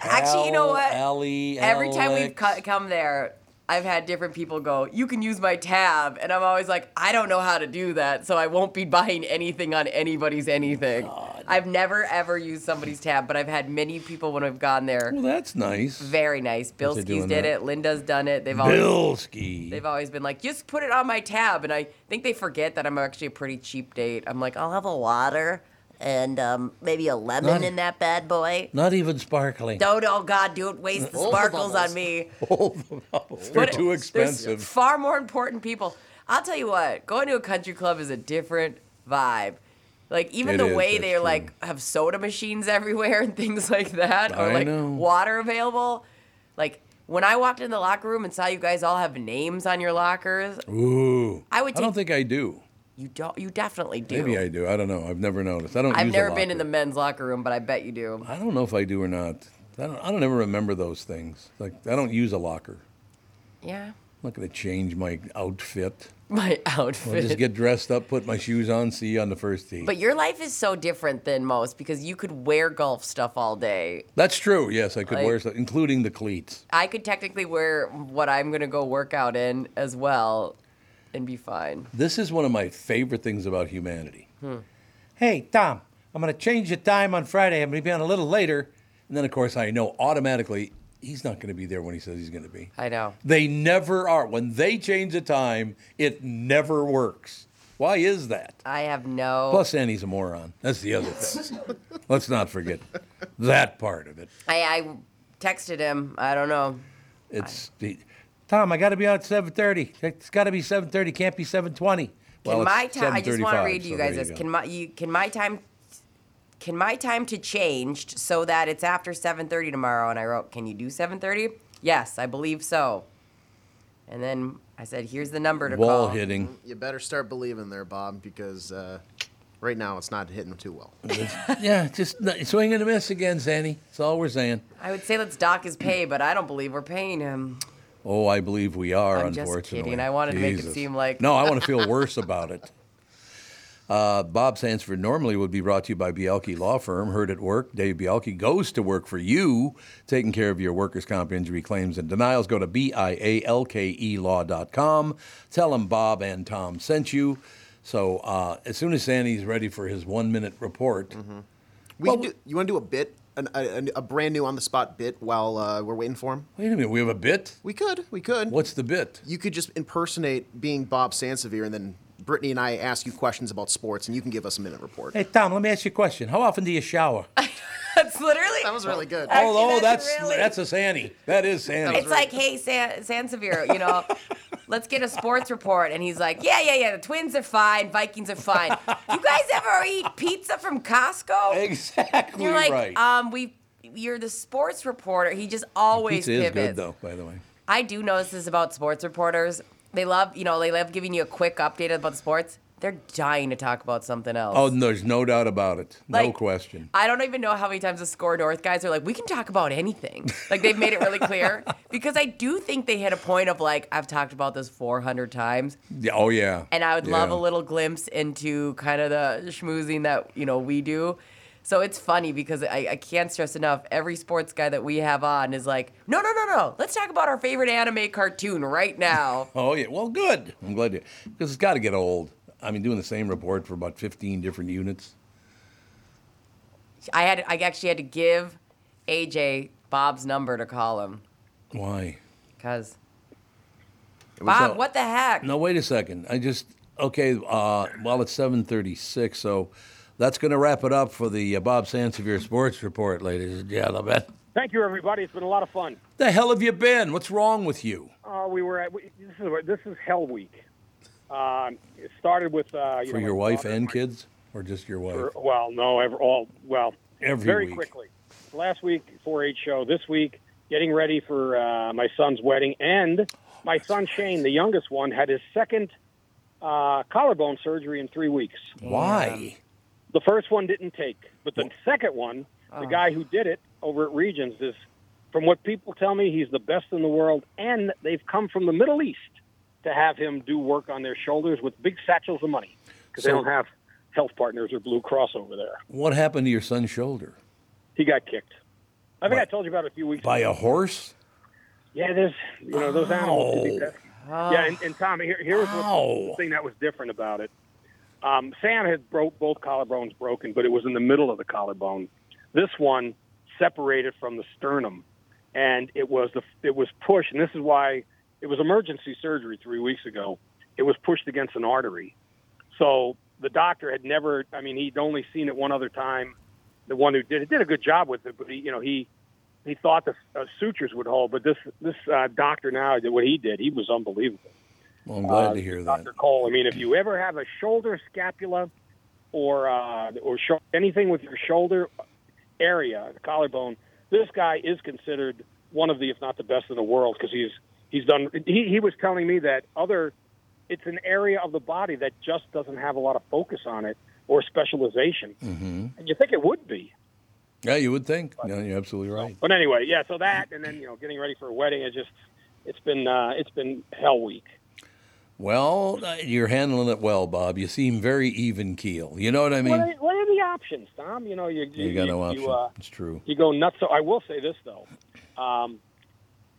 [SPEAKER 6] Actually, you know
[SPEAKER 5] Al,
[SPEAKER 6] what?
[SPEAKER 5] Allie,
[SPEAKER 6] Every time we've
[SPEAKER 5] Alex.
[SPEAKER 6] co- come there, I've had different people go, You can use my tab. And I'm always like, I don't know how to do that, so I won't be buying anything on anybody's anything. I've never, ever used somebody's tab, but I've had many people when I've gone there.
[SPEAKER 5] Well, that's nice.
[SPEAKER 6] Very nice. Bill
[SPEAKER 5] they're
[SPEAKER 6] Skis
[SPEAKER 5] doing
[SPEAKER 6] did
[SPEAKER 5] that.
[SPEAKER 6] it. Linda's done it. They've always,
[SPEAKER 5] Bilski.
[SPEAKER 6] they've always been like, Just put it on my tab. And I think they forget that I'm actually a pretty cheap date. I'm like, I'll have a water and um, maybe a lemon
[SPEAKER 5] Not-
[SPEAKER 6] in that bad boy.
[SPEAKER 5] Not even sparkling.
[SPEAKER 6] Don't, oh God, don't waste the
[SPEAKER 5] All the
[SPEAKER 6] sparkles on
[SPEAKER 5] bubbles.
[SPEAKER 6] me.
[SPEAKER 5] All the bubbles. They're
[SPEAKER 6] What-
[SPEAKER 5] too
[SPEAKER 6] there's
[SPEAKER 5] expensive.
[SPEAKER 6] far more important people. I'll tell you what, going to a country club is a different vibe. Like even
[SPEAKER 5] It
[SPEAKER 6] the
[SPEAKER 5] is,
[SPEAKER 6] way
[SPEAKER 5] that's
[SPEAKER 6] they are like have soda machines everywhere and things like that, or
[SPEAKER 5] I
[SPEAKER 6] like
[SPEAKER 5] know.
[SPEAKER 6] water available. Like when I walked in the locker room and saw you guys all have names on your lockers,
[SPEAKER 5] Ooh.
[SPEAKER 6] I would
[SPEAKER 5] I don't
[SPEAKER 6] take-
[SPEAKER 5] think I do.
[SPEAKER 6] you don't. You definitely do.
[SPEAKER 5] Maybe I do. I don't know. I've never noticed. I don't
[SPEAKER 6] have
[SPEAKER 5] use a
[SPEAKER 6] never been
[SPEAKER 5] locker.
[SPEAKER 6] in the men's locker room, but I bet you do.
[SPEAKER 5] I don't know if I do or not. I don't, I don't ever remember those things. Like, I don't use a locker.
[SPEAKER 6] Yeah.
[SPEAKER 5] I'm not going to change my outfit.
[SPEAKER 6] My
[SPEAKER 5] I'll
[SPEAKER 6] outfit.
[SPEAKER 5] just get dressed up, put my shoes on, see you on the first tee.
[SPEAKER 6] But your life is so different than most because you could wear golf stuff all day
[SPEAKER 5] That's true. Yes, I could wear
[SPEAKER 6] Like-
[SPEAKER 5] stuff, including the cleats.
[SPEAKER 6] I could technically wear what I'm gonna go work out in as well, and be fine.
[SPEAKER 5] This is one of my favorite things about humanity.
[SPEAKER 6] Hmm.
[SPEAKER 5] Hey, Tom, I'm going to change the time on Friday. I'm going to be on a little later. And then, of course, I know automatically he's not going to be there when he says he's going to be.
[SPEAKER 6] I know.
[SPEAKER 5] They never are. When they change the time, it never works. Why is that?
[SPEAKER 6] I have no.
[SPEAKER 5] Plus, Annie's a moron. That's the other thing. Let's not forget that part of it.
[SPEAKER 6] I, I texted him. I don't know.
[SPEAKER 5] It's the, Tom. I got to be out at seven thirty. It's got to be seven thirty. Can't be seven twenty.
[SPEAKER 6] Can my time? I just want to read you guys this. Can my you can my time? Can my time to changed so that it's after 7:30 tomorrow? And I wrote, "Can you do 7:30?" Yes, I believe so. And then I said, "Here's the number to call."
[SPEAKER 5] Wall hitting.
[SPEAKER 7] You better start believing there, Bob, because uh, right now it's not hitting too well.
[SPEAKER 5] yeah, just n- swing and a miss again, Zanny. That's all we're saying.
[SPEAKER 6] I would say let's dock his pay, but I don't believe we're paying him.
[SPEAKER 5] Oh, I believe we are.
[SPEAKER 6] I'm just
[SPEAKER 5] unfortunately,
[SPEAKER 6] kidding. I wanted to make it
[SPEAKER 5] Jesus.
[SPEAKER 6] seem like-
[SPEAKER 5] No, I want to feel worse about it. Uh, Bob Sanford normally would be brought to you by Bialki Law Firm. Heard at work, Dave Bialki goes to work for you, taking care of your workers' comp injury claims and denials. Go to B I A L K E law.com. Tell them Bob and Tom sent you. So uh, as soon as Sandy's ready for his one minute report,
[SPEAKER 6] Mm-hmm.
[SPEAKER 7] We can do, you want to do a bit, an, a, a- a brand new on the spot bit while uh, we're waiting for him?
[SPEAKER 5] wait a minute, we have a bit?
[SPEAKER 7] We could, we could.
[SPEAKER 5] What's the bit?
[SPEAKER 7] You could just impersonate being Bob Sansevier, and then Brittany and I ask you questions about sports, and you can give us a minute report.
[SPEAKER 5] Hey, Tom, let me ask you a question. How often do you shower?
[SPEAKER 6] That's literally.
[SPEAKER 7] That was really good.
[SPEAKER 5] Although
[SPEAKER 6] that's
[SPEAKER 5] that's
[SPEAKER 6] really-
[SPEAKER 5] that's a Sandy. That is Sandy.
[SPEAKER 6] It's like, hey, San, Sansevier, you know, let's get a sports report. And he's like, yeah, yeah, yeah, the Twins are fine, Vikings are fine. You guys ever eat pizza from Costco?
[SPEAKER 5] exactly
[SPEAKER 6] You're like,
[SPEAKER 5] right.
[SPEAKER 6] um, we, you're the sports reporter. He just always
[SPEAKER 5] Pizza is
[SPEAKER 6] pivots.
[SPEAKER 5] good though, by the way.
[SPEAKER 6] I do notice this about sports reporters. They love, you know, they love giving you a quick update about the sports. They're dying to talk about something else.
[SPEAKER 5] Oh, no, there's no doubt about it. no
[SPEAKER 6] Like-
[SPEAKER 5] question.
[SPEAKER 6] I don't even know how many times the Score North guys are like, we can talk about anything. Like they've made it really clear because I do think they hit a point of like, I've talked about this 400 times,
[SPEAKER 5] Yeah, oh yeah.
[SPEAKER 6] and I would love a
[SPEAKER 5] Yeah.
[SPEAKER 6] little glimpse into kind of the schmoozing that you know we do. So it's funny because I, I can't stress enough. Every sports guy that we have on is like, no, no, no, no. Let's talk about our favorite anime cartoon right now.
[SPEAKER 5] Oh yeah. Well, good. I'm glad you because it's got to get old. I mean, doing the same report for about 15 different units.
[SPEAKER 6] I had, I actually had to give AJ Bob's number to call him
[SPEAKER 5] Why?
[SPEAKER 6] because
[SPEAKER 5] was
[SPEAKER 6] Bob,
[SPEAKER 5] a-
[SPEAKER 6] what the heck?
[SPEAKER 5] No, wait a second. I just okay. Uh, well, it's 7:36, so that's going to wrap it up for the uh, Bob Sansevier Sports Report, ladies and gentlemen.
[SPEAKER 8] Thank you, everybody. It's been a lot of fun.
[SPEAKER 5] The hell have you been? What's wrong with you?
[SPEAKER 8] Uh, we were at we, this is what- this is Hell Week. Um, it started with uh, you
[SPEAKER 5] For
[SPEAKER 8] know,
[SPEAKER 5] your
[SPEAKER 8] my
[SPEAKER 5] wife
[SPEAKER 8] daughter-
[SPEAKER 5] and kids, or just your wife?
[SPEAKER 8] for- well, no, ever all well
[SPEAKER 5] Every
[SPEAKER 8] very
[SPEAKER 5] week.
[SPEAKER 8] quickly. Last week, 4-H show. This week, getting ready for uh, my son's wedding, and my son Shane, the youngest one, had his second uh, collarbone surgery in three weeks.
[SPEAKER 5] Why?
[SPEAKER 8] The first one didn't take, but the second one, the guy who did it over at Regions is, from what people tell me, he's the best in the world, and they've come from the Middle East to have him do work on their shoulders with big satchels of money because they
[SPEAKER 5] So-
[SPEAKER 8] don't have health partners or Blue Cross over there.
[SPEAKER 5] What happened to your son's shoulder?
[SPEAKER 8] He got kicked. I think I told you about it a few weeks
[SPEAKER 5] By
[SPEAKER 8] ago.
[SPEAKER 5] a horse?
[SPEAKER 8] Yeah, there's you know those animals. can be pesky. Yeah, and, and Tommy, here, here was
[SPEAKER 5] Ow.
[SPEAKER 8] the thing that was different about it. Um, Sam had broke both collarbones broken, but it was in the middle of the collarbone. This one separated from the sternum, and it was the it was pushed, and this is why it was emergency surgery three weeks ago. It was pushed against an artery, so the doctor had never. I mean, he'd only seen it one other time. The one who did it did a good job with it, but he, you know, he he thought the uh, sutures would hold, but this this uh, doctor now did what he did. He was unbelievable.
[SPEAKER 5] Well, I'm glad
[SPEAKER 8] Uh,
[SPEAKER 5] to hear that.
[SPEAKER 8] Dr. Cole. I mean, if you ever have a shoulder scapula or uh, or sho- anything with your shoulder area, the collarbone, this guy is considered one of the, if not the best in the world, because he's he's done. He, he was telling me that other, it's an area of the body that just doesn't have a lot of focus on it or specialization,
[SPEAKER 5] hmm
[SPEAKER 8] and you think it would be.
[SPEAKER 5] Yeah, you would think. No, you're absolutely right.
[SPEAKER 8] But anyway, yeah. So that, and then you know, getting ready for a wedding. It just, it's been, uh, it's been hell week.
[SPEAKER 5] Well, uh, you're handling it well, Bob. You seem very even keel. You know what I mean?
[SPEAKER 8] what, are, what are the options, Tom? You know, you
[SPEAKER 5] you got no
[SPEAKER 8] you,
[SPEAKER 5] option.
[SPEAKER 8] uh,
[SPEAKER 5] it's true.
[SPEAKER 8] you go nuts. So I will say this though. Um,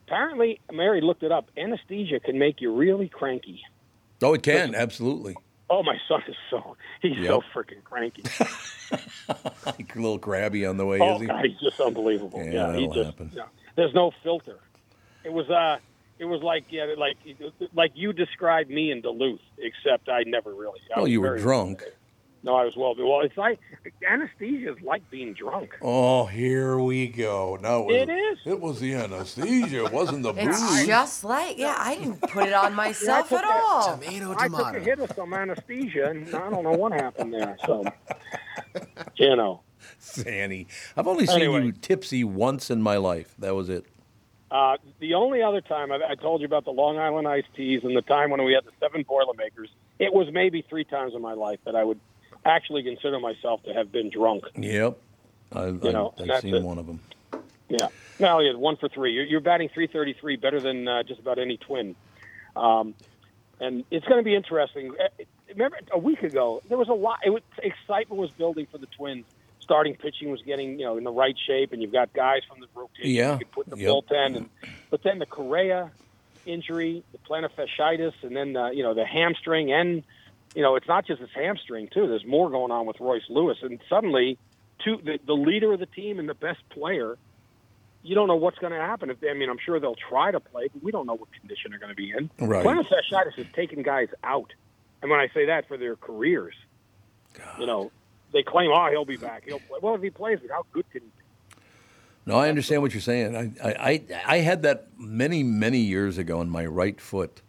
[SPEAKER 8] apparently, Mary looked it up. Anesthesia can make you really cranky.
[SPEAKER 5] Oh, it can absolutely.
[SPEAKER 8] Oh, my son is so he's so freaking cranky.
[SPEAKER 5] Like a little grabby on the way,
[SPEAKER 8] oh
[SPEAKER 5] is he?
[SPEAKER 8] God, he's just unbelievable.
[SPEAKER 5] Yeah,
[SPEAKER 8] he
[SPEAKER 5] that'll
[SPEAKER 8] just,
[SPEAKER 5] happen.
[SPEAKER 8] yeah. There's no filter. It was uh, it was like yeah, like like you described me in Duluth, except I never really. I
[SPEAKER 5] Well, Oh,
[SPEAKER 8] was
[SPEAKER 5] you were
[SPEAKER 8] very-
[SPEAKER 5] drunk.
[SPEAKER 8] No, I was well. Well, it's like anesthesia is like being drunk.
[SPEAKER 5] Oh, here we go. No,
[SPEAKER 8] It
[SPEAKER 5] was, It was the anesthesia. It wasn't the
[SPEAKER 6] It's
[SPEAKER 5] booze.
[SPEAKER 6] just like, yeah, I didn't put it on myself
[SPEAKER 8] Yeah, I
[SPEAKER 6] at
[SPEAKER 8] took that-
[SPEAKER 7] Oh,
[SPEAKER 6] all.
[SPEAKER 8] I took a hit of some anesthesia, and I don't know what happened there. So, you know,
[SPEAKER 5] Sanny. I've only seen you tipsy once in my life. That was it.
[SPEAKER 8] Uh, the only other time I, I told you about the Long Island iced teas and the time when we had the seven Boilermakers, it was maybe three times in my life that I would actually consider myself to have been drunk.
[SPEAKER 5] Yep. I, I,
[SPEAKER 8] know,
[SPEAKER 5] I've
[SPEAKER 8] that's
[SPEAKER 5] seen
[SPEAKER 8] it.
[SPEAKER 5] one of them.
[SPEAKER 8] Yeah. No, yeah, one for three. You're, you're batting 333 better than uh, just about any twin. Um, and it's going to be interesting. Uh, Remember, a week ago, there was a lot. It was, excitement was building for the twins. Starting pitching was getting, you know, in the right shape, and you've got guys from the rotation
[SPEAKER 5] Yeah.
[SPEAKER 8] you can put in the
[SPEAKER 5] Yep.
[SPEAKER 8] bullpen. And, but then the Correa injury, the plantar fasciitis, and then, uh, you know, the hamstring. And, you know, it's not just his hamstring, too. There's more going on with Royce Lewis. And suddenly, two, the, the leader of the team and the best player – you don't know what's going to happen. If they, I mean, I'm sure they'll try to play, but we don't know what condition they're going to be in.
[SPEAKER 5] Right.
[SPEAKER 8] Plantar fasciitis has taken guys out, and when I say that, for their careers. You know, they claim, "Oh, he'll be back. He'll play." Well, if he plays, how good can he? be?
[SPEAKER 5] No, I understand what you're saying. I, I, I, I had that many, many years ago on my right foot.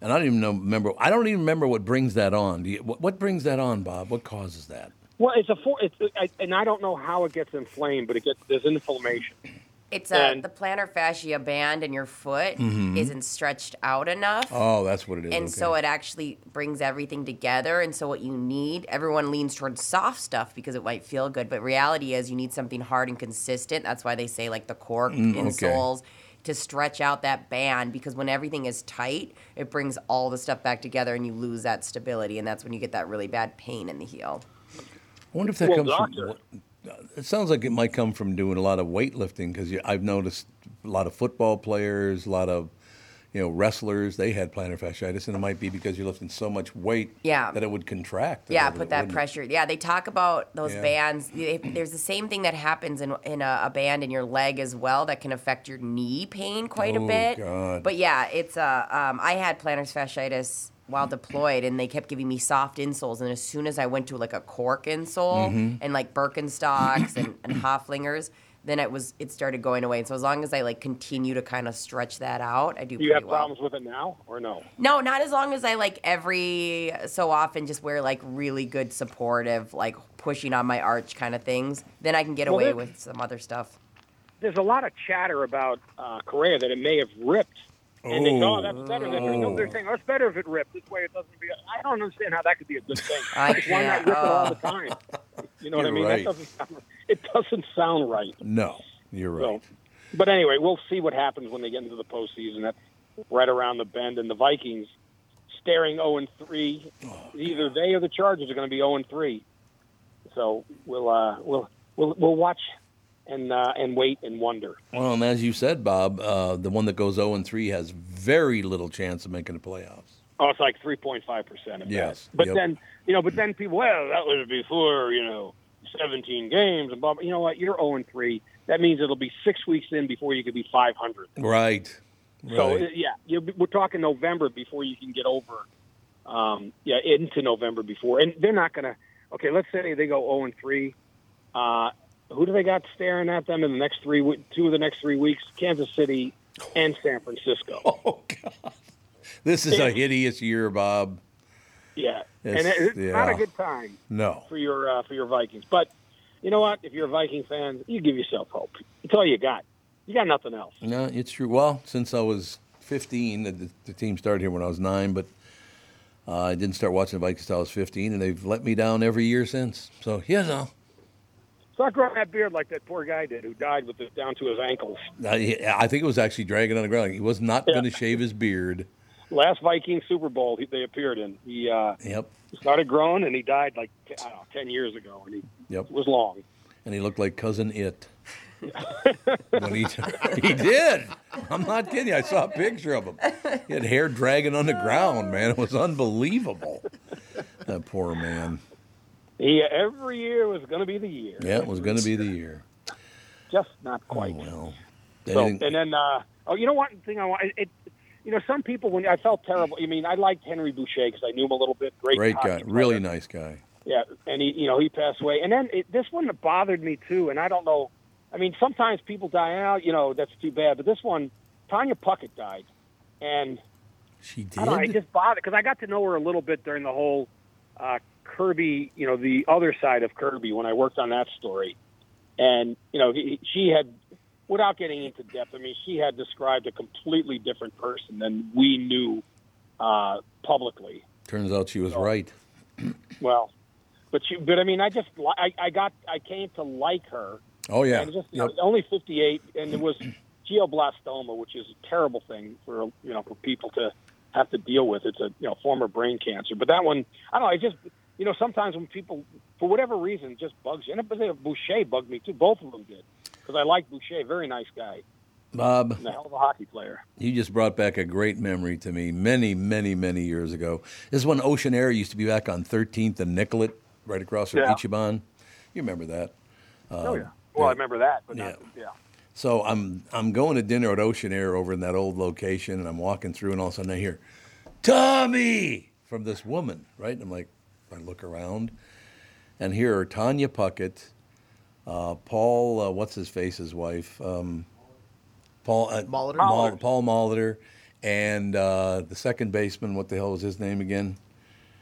[SPEAKER 5] And I don't even know, remember. I don't even remember what brings that on. Do you, what, what brings that on, Bob? What causes that?
[SPEAKER 8] Well, it's a four, it's, I, and I don't know how it gets inflamed, but it gets there's inflammation.
[SPEAKER 6] It's uh,
[SPEAKER 8] And-
[SPEAKER 6] the plantar fascia band in your foot
[SPEAKER 5] Mhm.
[SPEAKER 6] isn't stretched out enough.
[SPEAKER 5] Oh, that's what it is.
[SPEAKER 6] and so it actually brings everything together. And so what you need, everyone leans towards soft stuff because it might feel good, but reality is you need something hard and consistent. That's why they say like the cork
[SPEAKER 5] Mm, okay.
[SPEAKER 6] insoles to stretch out that band because when everything is tight, it brings all the stuff back together and you lose that stability. And that's when you get that really bad pain in the heel.
[SPEAKER 5] I wonder if that
[SPEAKER 6] Well,
[SPEAKER 5] comes
[SPEAKER 6] doctor-
[SPEAKER 5] from. uh, It sounds like it might come from doing a lot of weightlifting because I've noticed a lot of football players, a lot of you know wrestlers, they had plantar fasciitis, and it might be because you're lifting so much weight
[SPEAKER 6] Yeah.
[SPEAKER 5] that it would contract.
[SPEAKER 6] Yeah,
[SPEAKER 5] It
[SPEAKER 6] put that
[SPEAKER 5] wouldn't-
[SPEAKER 6] pressure. Yeah, they talk about those
[SPEAKER 5] Yeah.
[SPEAKER 6] bands. They- There's the same thing that happens in, in a, a band in your leg as well that can affect your knee pain quite
[SPEAKER 5] Oh,
[SPEAKER 6] a bit.
[SPEAKER 5] God.
[SPEAKER 6] But yeah, it's uh, um, I had plantar fasciitis while deployed, and they kept giving me soft insoles. And as soon as I went to like a cork insole
[SPEAKER 5] Mm-hmm.
[SPEAKER 13] Mhm.
[SPEAKER 6] and like Birkenstocks and, and Hoflingers, then it was it started going away. And so as long as I like continue to kind of stretch that out, I do.
[SPEAKER 8] Do you
[SPEAKER 6] pretty
[SPEAKER 8] have
[SPEAKER 6] well.
[SPEAKER 8] problems with it now or no?
[SPEAKER 6] No, not as long as I like every so often just wear like really good supportive, like pushing on my arch kind of things. Then I can get
[SPEAKER 8] Well,
[SPEAKER 6] away
[SPEAKER 8] there-
[SPEAKER 6] with some other stuff.
[SPEAKER 8] There's a lot of chatter about uh, Correa that it may have ripped. And they go, oh,
[SPEAKER 5] Oh.
[SPEAKER 8] that's better. Than, no, they're saying, oh, it's better if it ripped. This way it doesn't be. I don't understand how that could be a good thing.
[SPEAKER 6] I
[SPEAKER 8] Like, Why not
[SPEAKER 6] can't-
[SPEAKER 8] rip it all
[SPEAKER 6] oh.
[SPEAKER 8] the time? You know what I
[SPEAKER 5] You're
[SPEAKER 8] mean?
[SPEAKER 5] right.
[SPEAKER 8] That doesn't sound, it doesn't sound right.
[SPEAKER 5] No, you're right.
[SPEAKER 8] So, but anyway, we'll see what happens when they get into the postseason. That's right around the bend. And the Vikings, staring 0 and 3, either they or the Chargers are going to be 0 and 3. So we'll uh, we'll we'll we'll watch and uh, and wait and wonder.
[SPEAKER 5] Well, and as you said, Bob, uh, the one that goes 0 and 3 has very little chance of making the playoffs.
[SPEAKER 8] Oh, it's like three point five percent.
[SPEAKER 5] Yes,
[SPEAKER 8] But
[SPEAKER 5] yep.
[SPEAKER 8] then you know, but then people, well, that was before you know seventeen games and blah. blah. You know what? You're zero and three. That means it'll be six weeks in before you could be five hundred.
[SPEAKER 5] Right.
[SPEAKER 8] So
[SPEAKER 5] Right.
[SPEAKER 8] uh, yeah, you we're talking November before you can get over. Um, yeah, into November before, and they're not gonna. Okay, let's say they go zero and three. Uh, who do they got staring at them in the next three? we- Two of the next three weeks: Kansas City and San Francisco.
[SPEAKER 5] Oh. This is a hideous year, Bob.
[SPEAKER 8] Yeah,
[SPEAKER 5] It's-
[SPEAKER 8] and it- it's not a
[SPEAKER 5] yeah.
[SPEAKER 8] good time.
[SPEAKER 5] No.
[SPEAKER 8] for your uh, for your Vikings. But you know what? If you're a Viking fan, you give yourself hope. It's all you got. You got nothing else.
[SPEAKER 5] No, it's true. Well, since I was 15, the- the, the team started here when I was nine, but uh, I didn't start watching the Vikings till I was 15, and they've let me down every year since. So, you know,
[SPEAKER 8] Stop growing that beard like that poor guy did, who died with it down to his ankles.
[SPEAKER 5] I, I think it was actually dragging on the ground. He was not going to shave his beard.
[SPEAKER 8] Last Viking Super Bowl he, they appeared in, he uh,
[SPEAKER 5] Yep,
[SPEAKER 8] started growing and he died like I don't know, ten years ago, and he
[SPEAKER 5] yep.
[SPEAKER 8] it was long.
[SPEAKER 5] And he looked like Cousin It. when he, he did. I'm not kidding. you. I saw a picture of him. He had hair dragging on the ground, man. It was unbelievable. That poor man.
[SPEAKER 8] Yeah, every year was going to be the year.
[SPEAKER 5] Yeah, it was going to be the year.
[SPEAKER 8] Just not quite.
[SPEAKER 5] Oh, well. They
[SPEAKER 8] So,
[SPEAKER 5] didn't-
[SPEAKER 8] and then, uh, oh, you know what thing I want? It, you know, some people when I felt terrible. I mean, I liked Henry Boucher because I knew him a little bit. Great,
[SPEAKER 5] great
[SPEAKER 8] hockey
[SPEAKER 5] guy.
[SPEAKER 8] player.
[SPEAKER 5] Really nice guy.
[SPEAKER 8] Yeah, and he, you know, he passed away. And then it, this one that bothered me too. And I don't know. I mean, sometimes people die out. You know, that's too bad. But this one, Tanya Puckett died, and
[SPEAKER 5] she
[SPEAKER 8] I, don't know, I just bothered because I got to know her a little bit during the whole uh, Kirby. You know, the other side of Kirby when I worked on that story, and you know, he, she had. Without getting into depth, I mean, she had described a completely different person than we knew uh, publicly.
[SPEAKER 5] Turns out she was
[SPEAKER 8] Oh.
[SPEAKER 5] right.
[SPEAKER 8] Well, but you, but I mean, I just, li- I, I got, I came to like her.
[SPEAKER 5] Oh, yeah.
[SPEAKER 8] And just, you
[SPEAKER 5] Yep.
[SPEAKER 8] know, only 58, and it was glioblastoma, which is a terrible thing for you know for people to have to deal with. It's a you know form of brain cancer. But that one, I don't know. I just, you know, sometimes when people, for whatever reason, it just bugs you. And it- but they- Boucher bugged me too. Both of them did because I like Boucher, very nice guy,
[SPEAKER 5] Bob,
[SPEAKER 8] and a hell of a hockey player.
[SPEAKER 5] you just brought back a great memory to me many, many, many years ago. This is when Ocean Air used to be back on 13th and Nicollet, right across from
[SPEAKER 8] Yeah.
[SPEAKER 5] Ichiban. You remember that.
[SPEAKER 8] oh
[SPEAKER 5] Um,
[SPEAKER 8] yeah. Well, I remember that, but not, yeah.
[SPEAKER 5] So I'm I'm going to dinner at Ocean Air over in that old location, and I'm walking through, and all of a sudden I hear, "Tommy!" from this woman, right? And I'm like, I look around, and here are Tanya Puckett, uh, Paul, uh, what's his face, his wife, um, Paul uh, Molitor, Paul Molitor, and uh, the second baseman. What the hell was his name again?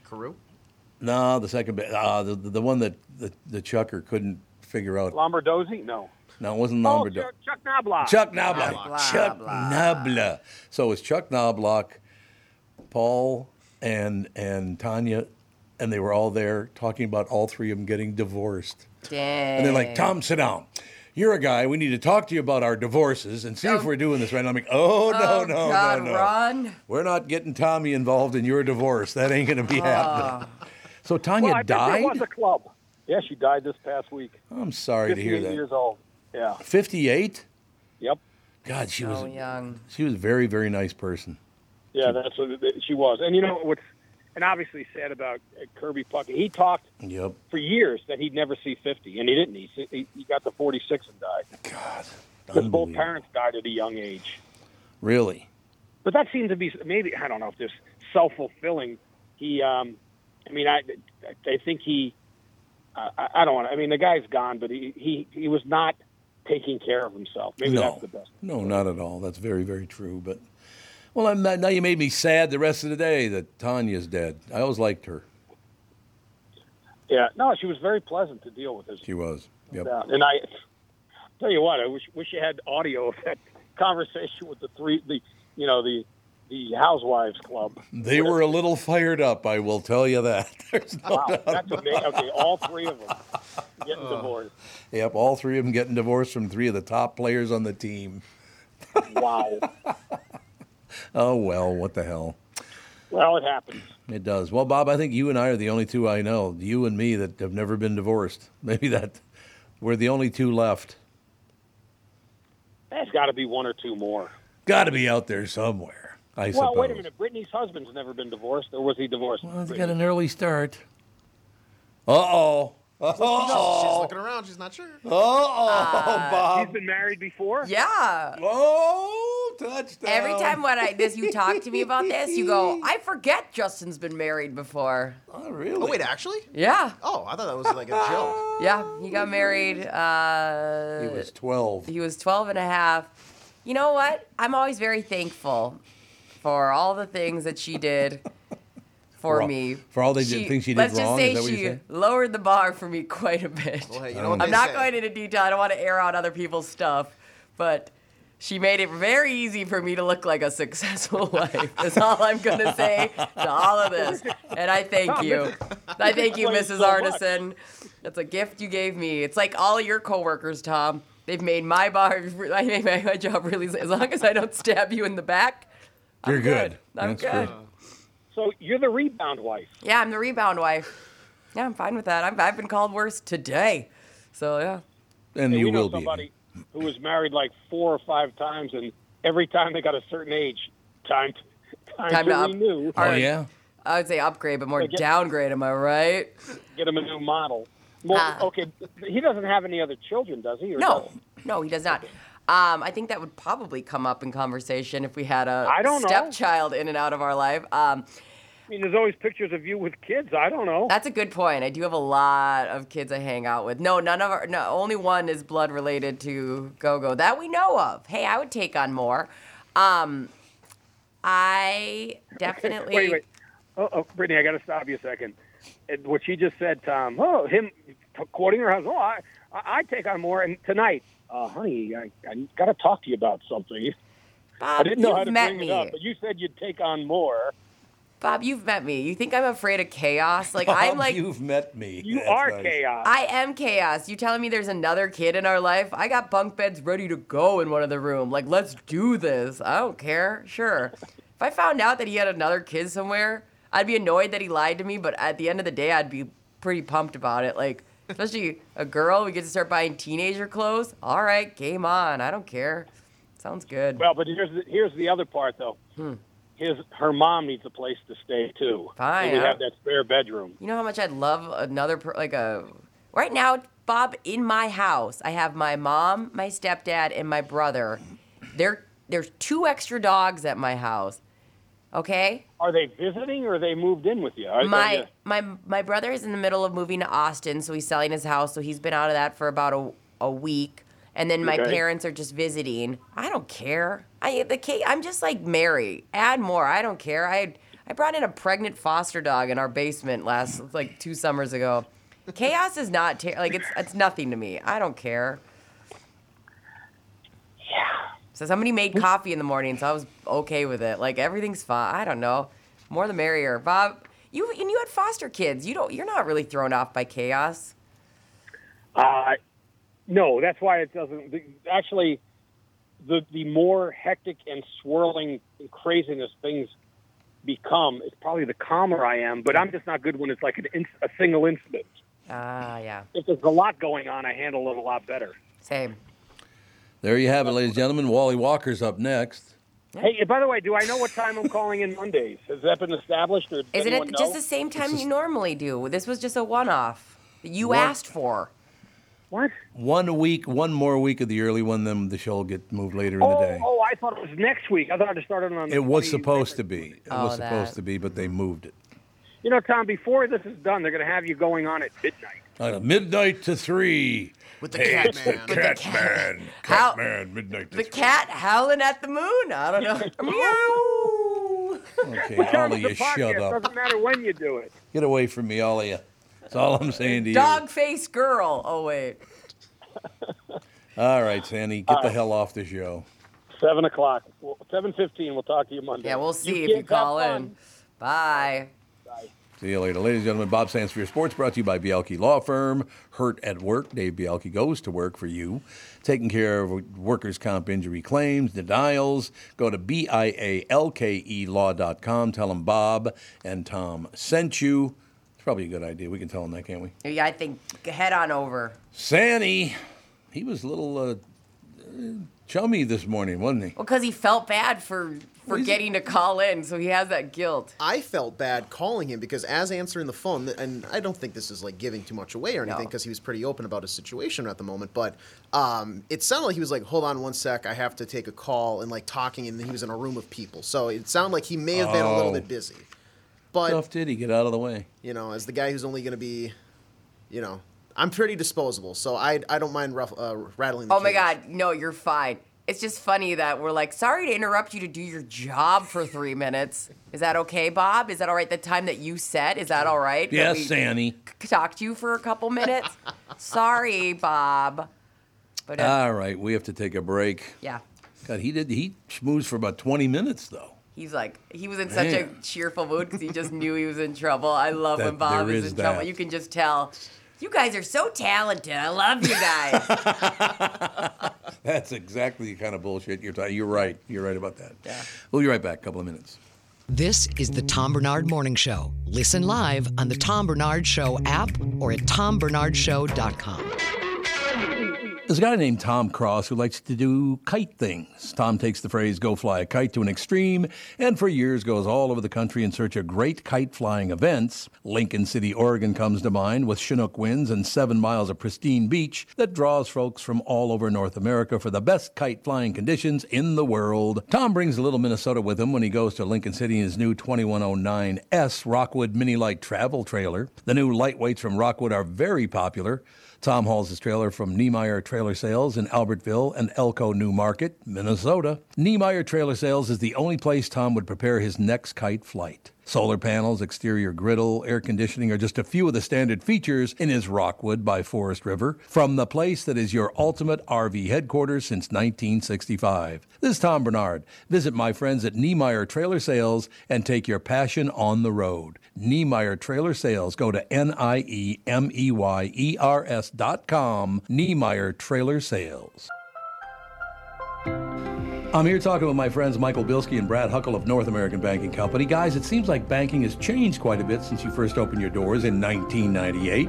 [SPEAKER 7] Carew?
[SPEAKER 5] No, the second, ba- uh, the the one that the, the Chucker couldn't figure out.
[SPEAKER 8] Lombardozzi? No.
[SPEAKER 5] No, it wasn't
[SPEAKER 8] Oh,
[SPEAKER 5] Lombardo.
[SPEAKER 8] Chuck, Chuck Knobloch.
[SPEAKER 5] Chuck Knobloch. Chuck Knobloch. So it's Chuck Knobloch, Paul, and and Tanya, and they were all there talking about all three of them getting divorced.
[SPEAKER 6] Dang.
[SPEAKER 5] And they're like, Tom, sit down. You're a guy. We need to talk to you about our divorces and see if we're doing this right. And I'm like, oh, no,
[SPEAKER 6] Oh,
[SPEAKER 5] no,
[SPEAKER 6] God,
[SPEAKER 5] no, no.
[SPEAKER 6] Ron.
[SPEAKER 5] We're not getting Tommy involved in your divorce. That ain't going to be
[SPEAKER 6] Oh.
[SPEAKER 5] happening. So Tanya
[SPEAKER 8] well, I bet
[SPEAKER 5] died?
[SPEAKER 8] There was a club. Yeah, she died this past week.
[SPEAKER 5] I'm sorry to hear
[SPEAKER 8] 58
[SPEAKER 5] that.
[SPEAKER 8] years old. Yeah.
[SPEAKER 5] 58?
[SPEAKER 8] Yep.
[SPEAKER 5] God, she
[SPEAKER 6] Oh,
[SPEAKER 5] was
[SPEAKER 6] young.
[SPEAKER 5] She was a very, very nice person.
[SPEAKER 8] Yeah, that's what it- she was. And you know what's, and obviously sad about uh, Kirby Puckett. He talked
[SPEAKER 5] Yep.
[SPEAKER 8] for years that he'd never see 50, and he didn't. He he, he got to 46 and died.
[SPEAKER 5] God.
[SPEAKER 8] Because both parents died at a young age.
[SPEAKER 5] Really?
[SPEAKER 8] But that seemed to be maybe I don't know if this self fulfilling. He, um, I mean, I, I think he, I, I- I don't want. to I mean, the guy's gone, but he, he, he was not taking care of himself. Maybe
[SPEAKER 5] no.
[SPEAKER 8] that's the best.
[SPEAKER 5] No, not at all. That's very, very true. But well, I'm not, now you made me sad the rest of the day that Tanya's dead. I always liked her.
[SPEAKER 8] Yeah, no, she was very pleasant to deal with. As
[SPEAKER 5] She was. Yep.
[SPEAKER 8] Yeah, And I tell you what, I wish wish you had audio of that conversation with the three, the you know the the housewives club.
[SPEAKER 5] They were a little fired up. I will tell you that. There's no
[SPEAKER 8] Wow,
[SPEAKER 5] doubt.
[SPEAKER 8] that's amazing. Okay, all three of them getting divorced.
[SPEAKER 5] Yep. All three of them getting divorced from three of the top players on the team.
[SPEAKER 8] Wow.
[SPEAKER 5] Oh well, what the hell.
[SPEAKER 8] Well, it happens.
[SPEAKER 5] It does. Well, Bob, I think you and I are the only two I know, you and me, that have never been divorced. Maybe that we're the only two left.
[SPEAKER 8] There's got to be one or two more.
[SPEAKER 5] Got to be out there somewhere. I
[SPEAKER 8] well,
[SPEAKER 5] suppose.
[SPEAKER 8] wait a minute. Brittany's husband's never been divorced, or was he divorced?
[SPEAKER 5] Well, he's got an early start. Uh oh. Uh
[SPEAKER 7] She's
[SPEAKER 5] oh.
[SPEAKER 7] looking around. She's not sure.
[SPEAKER 5] Uh oh, Bob.
[SPEAKER 6] Ah.
[SPEAKER 8] He's been married before.
[SPEAKER 6] Yeah.
[SPEAKER 5] Oh, touchdown.
[SPEAKER 6] Every time when I this you talk to me about this, you go, I forget Justin's been married before.
[SPEAKER 5] Oh, really?
[SPEAKER 7] Oh, wait, actually?
[SPEAKER 6] Yeah.
[SPEAKER 7] Oh, I thought that was like a joke.
[SPEAKER 6] Yeah, he got married. Uh,
[SPEAKER 5] He was 12.
[SPEAKER 6] He was 12 and a half. You know what? I'm always very thankful for all the things that she did for,
[SPEAKER 5] For all-
[SPEAKER 6] me.
[SPEAKER 5] for all the things she did
[SPEAKER 6] let's
[SPEAKER 5] wrong? Is that
[SPEAKER 6] Let's just
[SPEAKER 5] what
[SPEAKER 6] say
[SPEAKER 5] you
[SPEAKER 6] she
[SPEAKER 5] said?
[SPEAKER 6] lowered the bar for me quite a bit.
[SPEAKER 7] Well, hey, you know what
[SPEAKER 6] I'm
[SPEAKER 7] they
[SPEAKER 6] not
[SPEAKER 7] say.
[SPEAKER 6] going into detail. I don't want to air out other people's stuff, but she made it very easy for me to look like a successful wife. That's all I'm going to say to all of this. And I thank you. I thank you,
[SPEAKER 8] explains
[SPEAKER 6] Mrs.
[SPEAKER 8] so much.
[SPEAKER 6] Artisan. That's a gift you gave me. It's like all your coworkers, Tom. They've made my bar, I made my, my job really, as long as I don't stab you in the back,
[SPEAKER 5] You're good.
[SPEAKER 6] I'm
[SPEAKER 5] That's
[SPEAKER 6] good.
[SPEAKER 5] true.
[SPEAKER 8] So you're the rebound wife.
[SPEAKER 6] Yeah, I'm the rebound wife. Yeah, I'm fine with that. I've, I've been called worse today. So, yeah.
[SPEAKER 5] And
[SPEAKER 8] Hey,
[SPEAKER 5] you
[SPEAKER 8] we know
[SPEAKER 5] will be.
[SPEAKER 8] somebody who was married like four or five times, and every time they got a certain age, time, time,
[SPEAKER 6] Time
[SPEAKER 8] to
[SPEAKER 6] to up.
[SPEAKER 8] renew.
[SPEAKER 5] Oh, yeah?
[SPEAKER 6] I would say upgrade, but more
[SPEAKER 8] Yeah, get-
[SPEAKER 6] downgrade. Am I right?
[SPEAKER 8] Get him a new model. Well, okay, he doesn't have any other children, does he?
[SPEAKER 6] Ah.
[SPEAKER 8] Or
[SPEAKER 6] No,
[SPEAKER 8] does
[SPEAKER 6] no, he does not. Um, I think that would probably come up in conversation if we had a
[SPEAKER 8] I don't know.
[SPEAKER 6] stepchild in and out of our life. Um,
[SPEAKER 8] I mean, there's always pictures of you with kids. I don't know.
[SPEAKER 6] That's a good point. I do have a lot of kids I hang out with. No, none of our, no, only one is blood related to Gogo that we know of. Hey, I would take on more. Um, I definitely.
[SPEAKER 8] wait, wait. Oh, oh Brittany, I got to stop you a second. And What she just said, Tom. Oh, him quoting her husband. Oh, I, I I take on more. And tonight, uh, honey, I, I got to talk to you about something. I
[SPEAKER 6] Bob,
[SPEAKER 8] didn't know
[SPEAKER 6] you've
[SPEAKER 8] how to
[SPEAKER 6] Um, met
[SPEAKER 8] bring
[SPEAKER 6] me.
[SPEAKER 8] it up, but you said you'd take on more.
[SPEAKER 6] Bob, you've met me. You think I'm afraid of chaos? Like I'm
[SPEAKER 5] Bob,
[SPEAKER 6] like
[SPEAKER 5] you've met me.
[SPEAKER 8] You
[SPEAKER 5] That's
[SPEAKER 8] are
[SPEAKER 5] nice.
[SPEAKER 8] chaos.
[SPEAKER 6] I am chaos. You telling me there's another kid in our life? I got bunk beds ready to go in one of the room. Like, let's do this. I don't care. Sure. If I found out that he had another kid somewhere, I'd be annoyed that he lied to me, but at the end of the day, I'd be pretty pumped about it. Like, especially a girl, we get to start buying teenager clothes. All right, game on. I don't care. Sounds good.
[SPEAKER 8] Well, but here's the, here's the other part though.
[SPEAKER 6] Hmm.
[SPEAKER 8] His her mom needs a place to stay too.
[SPEAKER 6] Fine,
[SPEAKER 8] So we
[SPEAKER 6] I-
[SPEAKER 8] have that spare bedroom.
[SPEAKER 6] You know how much I'd love another per- like a right now, Bob. In my house, I have my mom, my stepdad, and my brother. There, there's two extra dogs at my house. Okay,
[SPEAKER 8] Are they visiting or they moved in with you? Are,
[SPEAKER 6] my
[SPEAKER 8] are you-
[SPEAKER 6] my my brother is in the middle of moving to Austin, so he's selling his house. So he's been out of that for about a, a week, and then my
[SPEAKER 8] Okay.
[SPEAKER 6] parents are just visiting. I don't care. I the ca- I'm just like Mary. Add more. I don't care. I I brought in a pregnant foster dog in our basement last like two summers ago. Chaos is not ter- like it's it's nothing to me. I don't care. So somebody made coffee in the morning, so I was okay with it. Like everything's fine. I don't know. More the merrier. Bob, you and you had foster kids. You don't you're not really thrown off by chaos.
[SPEAKER 8] Uh, no, that's why it doesn't. The, actually, the the more hectic and swirling and craziness things become, it's probably the calmer I am. But I'm just not good when it's like an in, a single incident.
[SPEAKER 6] Ah, yeah.
[SPEAKER 8] If there's a lot going on, I handle it a lot better.
[SPEAKER 6] Same.
[SPEAKER 5] There you have it, ladies and gentlemen. Wally Walker's up next.
[SPEAKER 8] Hey, by the way, do I know what time I'm calling in Mondays? Has that been established, or does
[SPEAKER 6] Isn't
[SPEAKER 8] anyone
[SPEAKER 6] it
[SPEAKER 8] know?
[SPEAKER 6] just the same time you normally do? This was just a one off that you
[SPEAKER 5] What?
[SPEAKER 6] asked for.
[SPEAKER 8] What?
[SPEAKER 5] One week, one more week of the early one, then the show will get moved later in the
[SPEAKER 8] Oh,
[SPEAKER 5] day.
[SPEAKER 8] oh, I thought it was next week. I thought it started on. the
[SPEAKER 5] It was
[SPEAKER 8] 20
[SPEAKER 5] supposed to be. It
[SPEAKER 8] Oh,
[SPEAKER 5] was supposed
[SPEAKER 8] that.
[SPEAKER 5] to be, but they moved it.
[SPEAKER 8] You know, Tom. Before this is done, they're going to have you going on at midnight.
[SPEAKER 5] Uh, midnight to three.
[SPEAKER 8] With
[SPEAKER 6] the
[SPEAKER 5] Hey,
[SPEAKER 6] cat
[SPEAKER 5] it's the
[SPEAKER 6] man. With the
[SPEAKER 5] cat
[SPEAKER 6] cat-
[SPEAKER 5] man.
[SPEAKER 6] How-
[SPEAKER 5] Cat man. Midnight to
[SPEAKER 6] The cat howling at the moon. I don't know. Meow.
[SPEAKER 5] three. Okay, Ollie, you shut
[SPEAKER 8] It
[SPEAKER 5] up.
[SPEAKER 8] doesn't matter when you do it.
[SPEAKER 5] Get away from me, Ollie. That's all I'm saying to you.
[SPEAKER 6] Dog face girl. Oh wait.
[SPEAKER 5] All right, Sandy, get the hell off the show.
[SPEAKER 8] Seven o'clock. Well, Seven fifteen. We'll talk to you Monday.
[SPEAKER 6] Yeah, we'll see if
[SPEAKER 8] kids
[SPEAKER 6] you
[SPEAKER 8] have
[SPEAKER 6] call
[SPEAKER 8] fun.
[SPEAKER 6] in. Bye.
[SPEAKER 5] See you later. Ladies and gentlemen, Bob Sands for your sports brought to you by Bielke Law Firm. Hurt at work. Dave Bielke goes to work for you. Taking care of workers' comp injury claims, denials. Go to B I A L K E law.com. Tell them Bob and Tom sent you. It's probably a good idea. We can tell them that, can't we?
[SPEAKER 6] Yeah, I think head on over.
[SPEAKER 5] Sandy, he was a little uh, chummy this morning, wasn't he?
[SPEAKER 6] Well, because he felt bad for forgetting to call in, so he has that guilt.
[SPEAKER 7] I felt bad calling him because as answering the phone, and I don't think this is like giving too much away or anything because he was pretty open about his situation at the moment. But um, it sounded like he was like, "Hold on one sec, I have to take a call," and like talking, and he was in a room of people, so it sounded like he may have been a little
[SPEAKER 5] Oh.
[SPEAKER 7] bit busy. But
[SPEAKER 5] Stuff did he get out of the way?
[SPEAKER 7] you know, as the guy who's only going to be, you know, I'm pretty disposable, so I I don't mind ruff, uh, rattling. The
[SPEAKER 6] Oh my
[SPEAKER 7] cage.
[SPEAKER 6] God, no, you're fine. It's just funny that we're like, sorry to interrupt you to do your job for three minutes. Is that okay, Bob? Is that all right? The time that you set, is that all right? that
[SPEAKER 5] Yes,
[SPEAKER 6] we
[SPEAKER 5] Sandy.
[SPEAKER 6] c- Talked to you for a couple minutes. sorry, Bob. But uh,
[SPEAKER 5] All right, we have to take a break.
[SPEAKER 6] yeah,
[SPEAKER 5] God, he did. He schmoozed for about 20 minutes, though.
[SPEAKER 6] he's like, he was in such
[SPEAKER 5] Man.
[SPEAKER 6] a cheerful mood because he just knew he was in trouble. I love when
[SPEAKER 5] That-
[SPEAKER 6] Bob
[SPEAKER 5] there
[SPEAKER 6] is,
[SPEAKER 5] is
[SPEAKER 6] in trouble.
[SPEAKER 5] that.
[SPEAKER 6] You can just tell. You guys are so talented. I love you guys.
[SPEAKER 5] That's exactly the kind of bullshit you're talking. You're right. You're right about that. Yeah. We'll be right back. A couple of minutes.
[SPEAKER 4] This is the Tom Bernard Morning Show. Listen live on the Tom Bernard Show app or at tombernardshow.com.
[SPEAKER 5] There's a guy named Tom Cross who likes to do kite things. Tom takes the phrase go fly a kite to an extreme and for years goes all over the country in search of great kite flying events. Lincoln City, Oregon comes to mind with Chinook winds and seven miles of pristine beach that draws folks from all over North America for the best kite flying conditions in the world. Tom brings a little Minnesota with him when he goes to Lincoln City in his new 2109S Rockwood Mini Light Travel Trailer. The new lightweights from Rockwood are very popular. Tom hauls his trailer from Niemeyer Trailer Sales in Albertville and Elko New Market, Minnesota. Niemeyer Trailer Sales is the only place Tom would prepare his next kite flight. Solar panels, exterior griddle, air conditioning are just a few of the standard features in his Rockwood by Forest River from the place that is your ultimate RV headquarters since 1965. This is Tom Bernard. Visit my friends at Niemeyer Trailer Sales and take your passion on the road. Niemeyer Trailer Sales. Go to N I E M E Y E R S dot com. Niemeyer Trailer Sales. I'm here talking with my friends Michael Bilski and Brad Huckle of North American Banking Company. Guys, it seems like banking has changed quite a bit since you first opened your doors in 1998.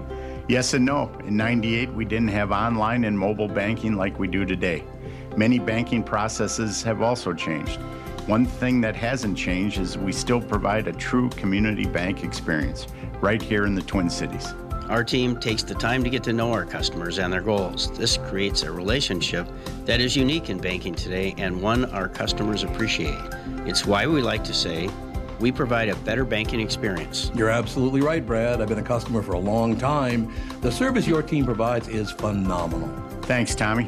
[SPEAKER 13] Yes and no. In 98, we didn't have online and mobile banking like we do today. Many banking processes have also changed. One thing that hasn't changed is we still provide a true community bank experience right here in the Twin Cities.
[SPEAKER 14] Our team takes the time to get to know our customers and their goals. This creates a relationship that is unique in banking today and one our customers appreciate. It's why we like to say we provide a better banking experience.
[SPEAKER 5] You're absolutely right, Brad. I've been a customer for a long time. The service your team provides is phenomenal.
[SPEAKER 13] Thanks, Tommy.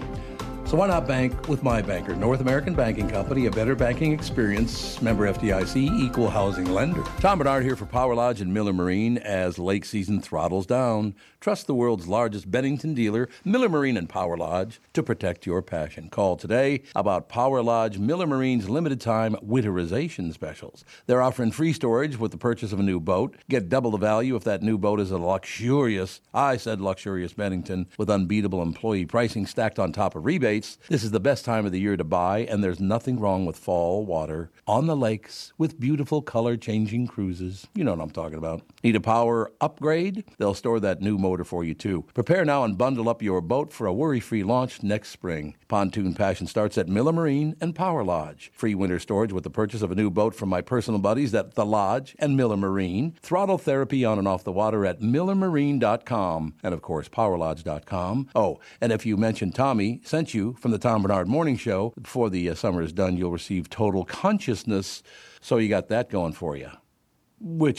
[SPEAKER 5] So why not bank with my banker, North American Banking Company, a better banking experience, member FDIC, equal housing lender. Tom Bernard here for Power Lodge and Miller Marine as lake season throttles down. Trust the world's largest Bennington dealer, Miller Marine and Power Lodge, to protect your passion. Call today about Power Lodge Miller Marine's limited time winterization specials. They're offering free storage with the purchase of a new boat. Get double the value if that new boat is a luxurious, I said luxurious Bennington, with unbeatable employee pricing stacked on top of rebates. This is the best time of the year to buy, and there's nothing wrong with fall water on the lakes with beautiful color changing cruises. You know what I'm talking about. Need a power upgrade? They'll store that new motor for you too. Prepare now and bundle up your boat for a worry free launch next spring. Pontoon Passion starts at Miller Marine and Power Lodge. Free winter storage with the purchase of a new boat from my personal buddies at The Lodge and Miller Marine. Throttle therapy on and off the water at millermarine.com and, of course, powerlodge.com. Oh, and if you mention Tommy sent you, from the Tom Bernard Morning Show. Before the uh, summer is done, you'll receive total consciousness. So you got that going for you, which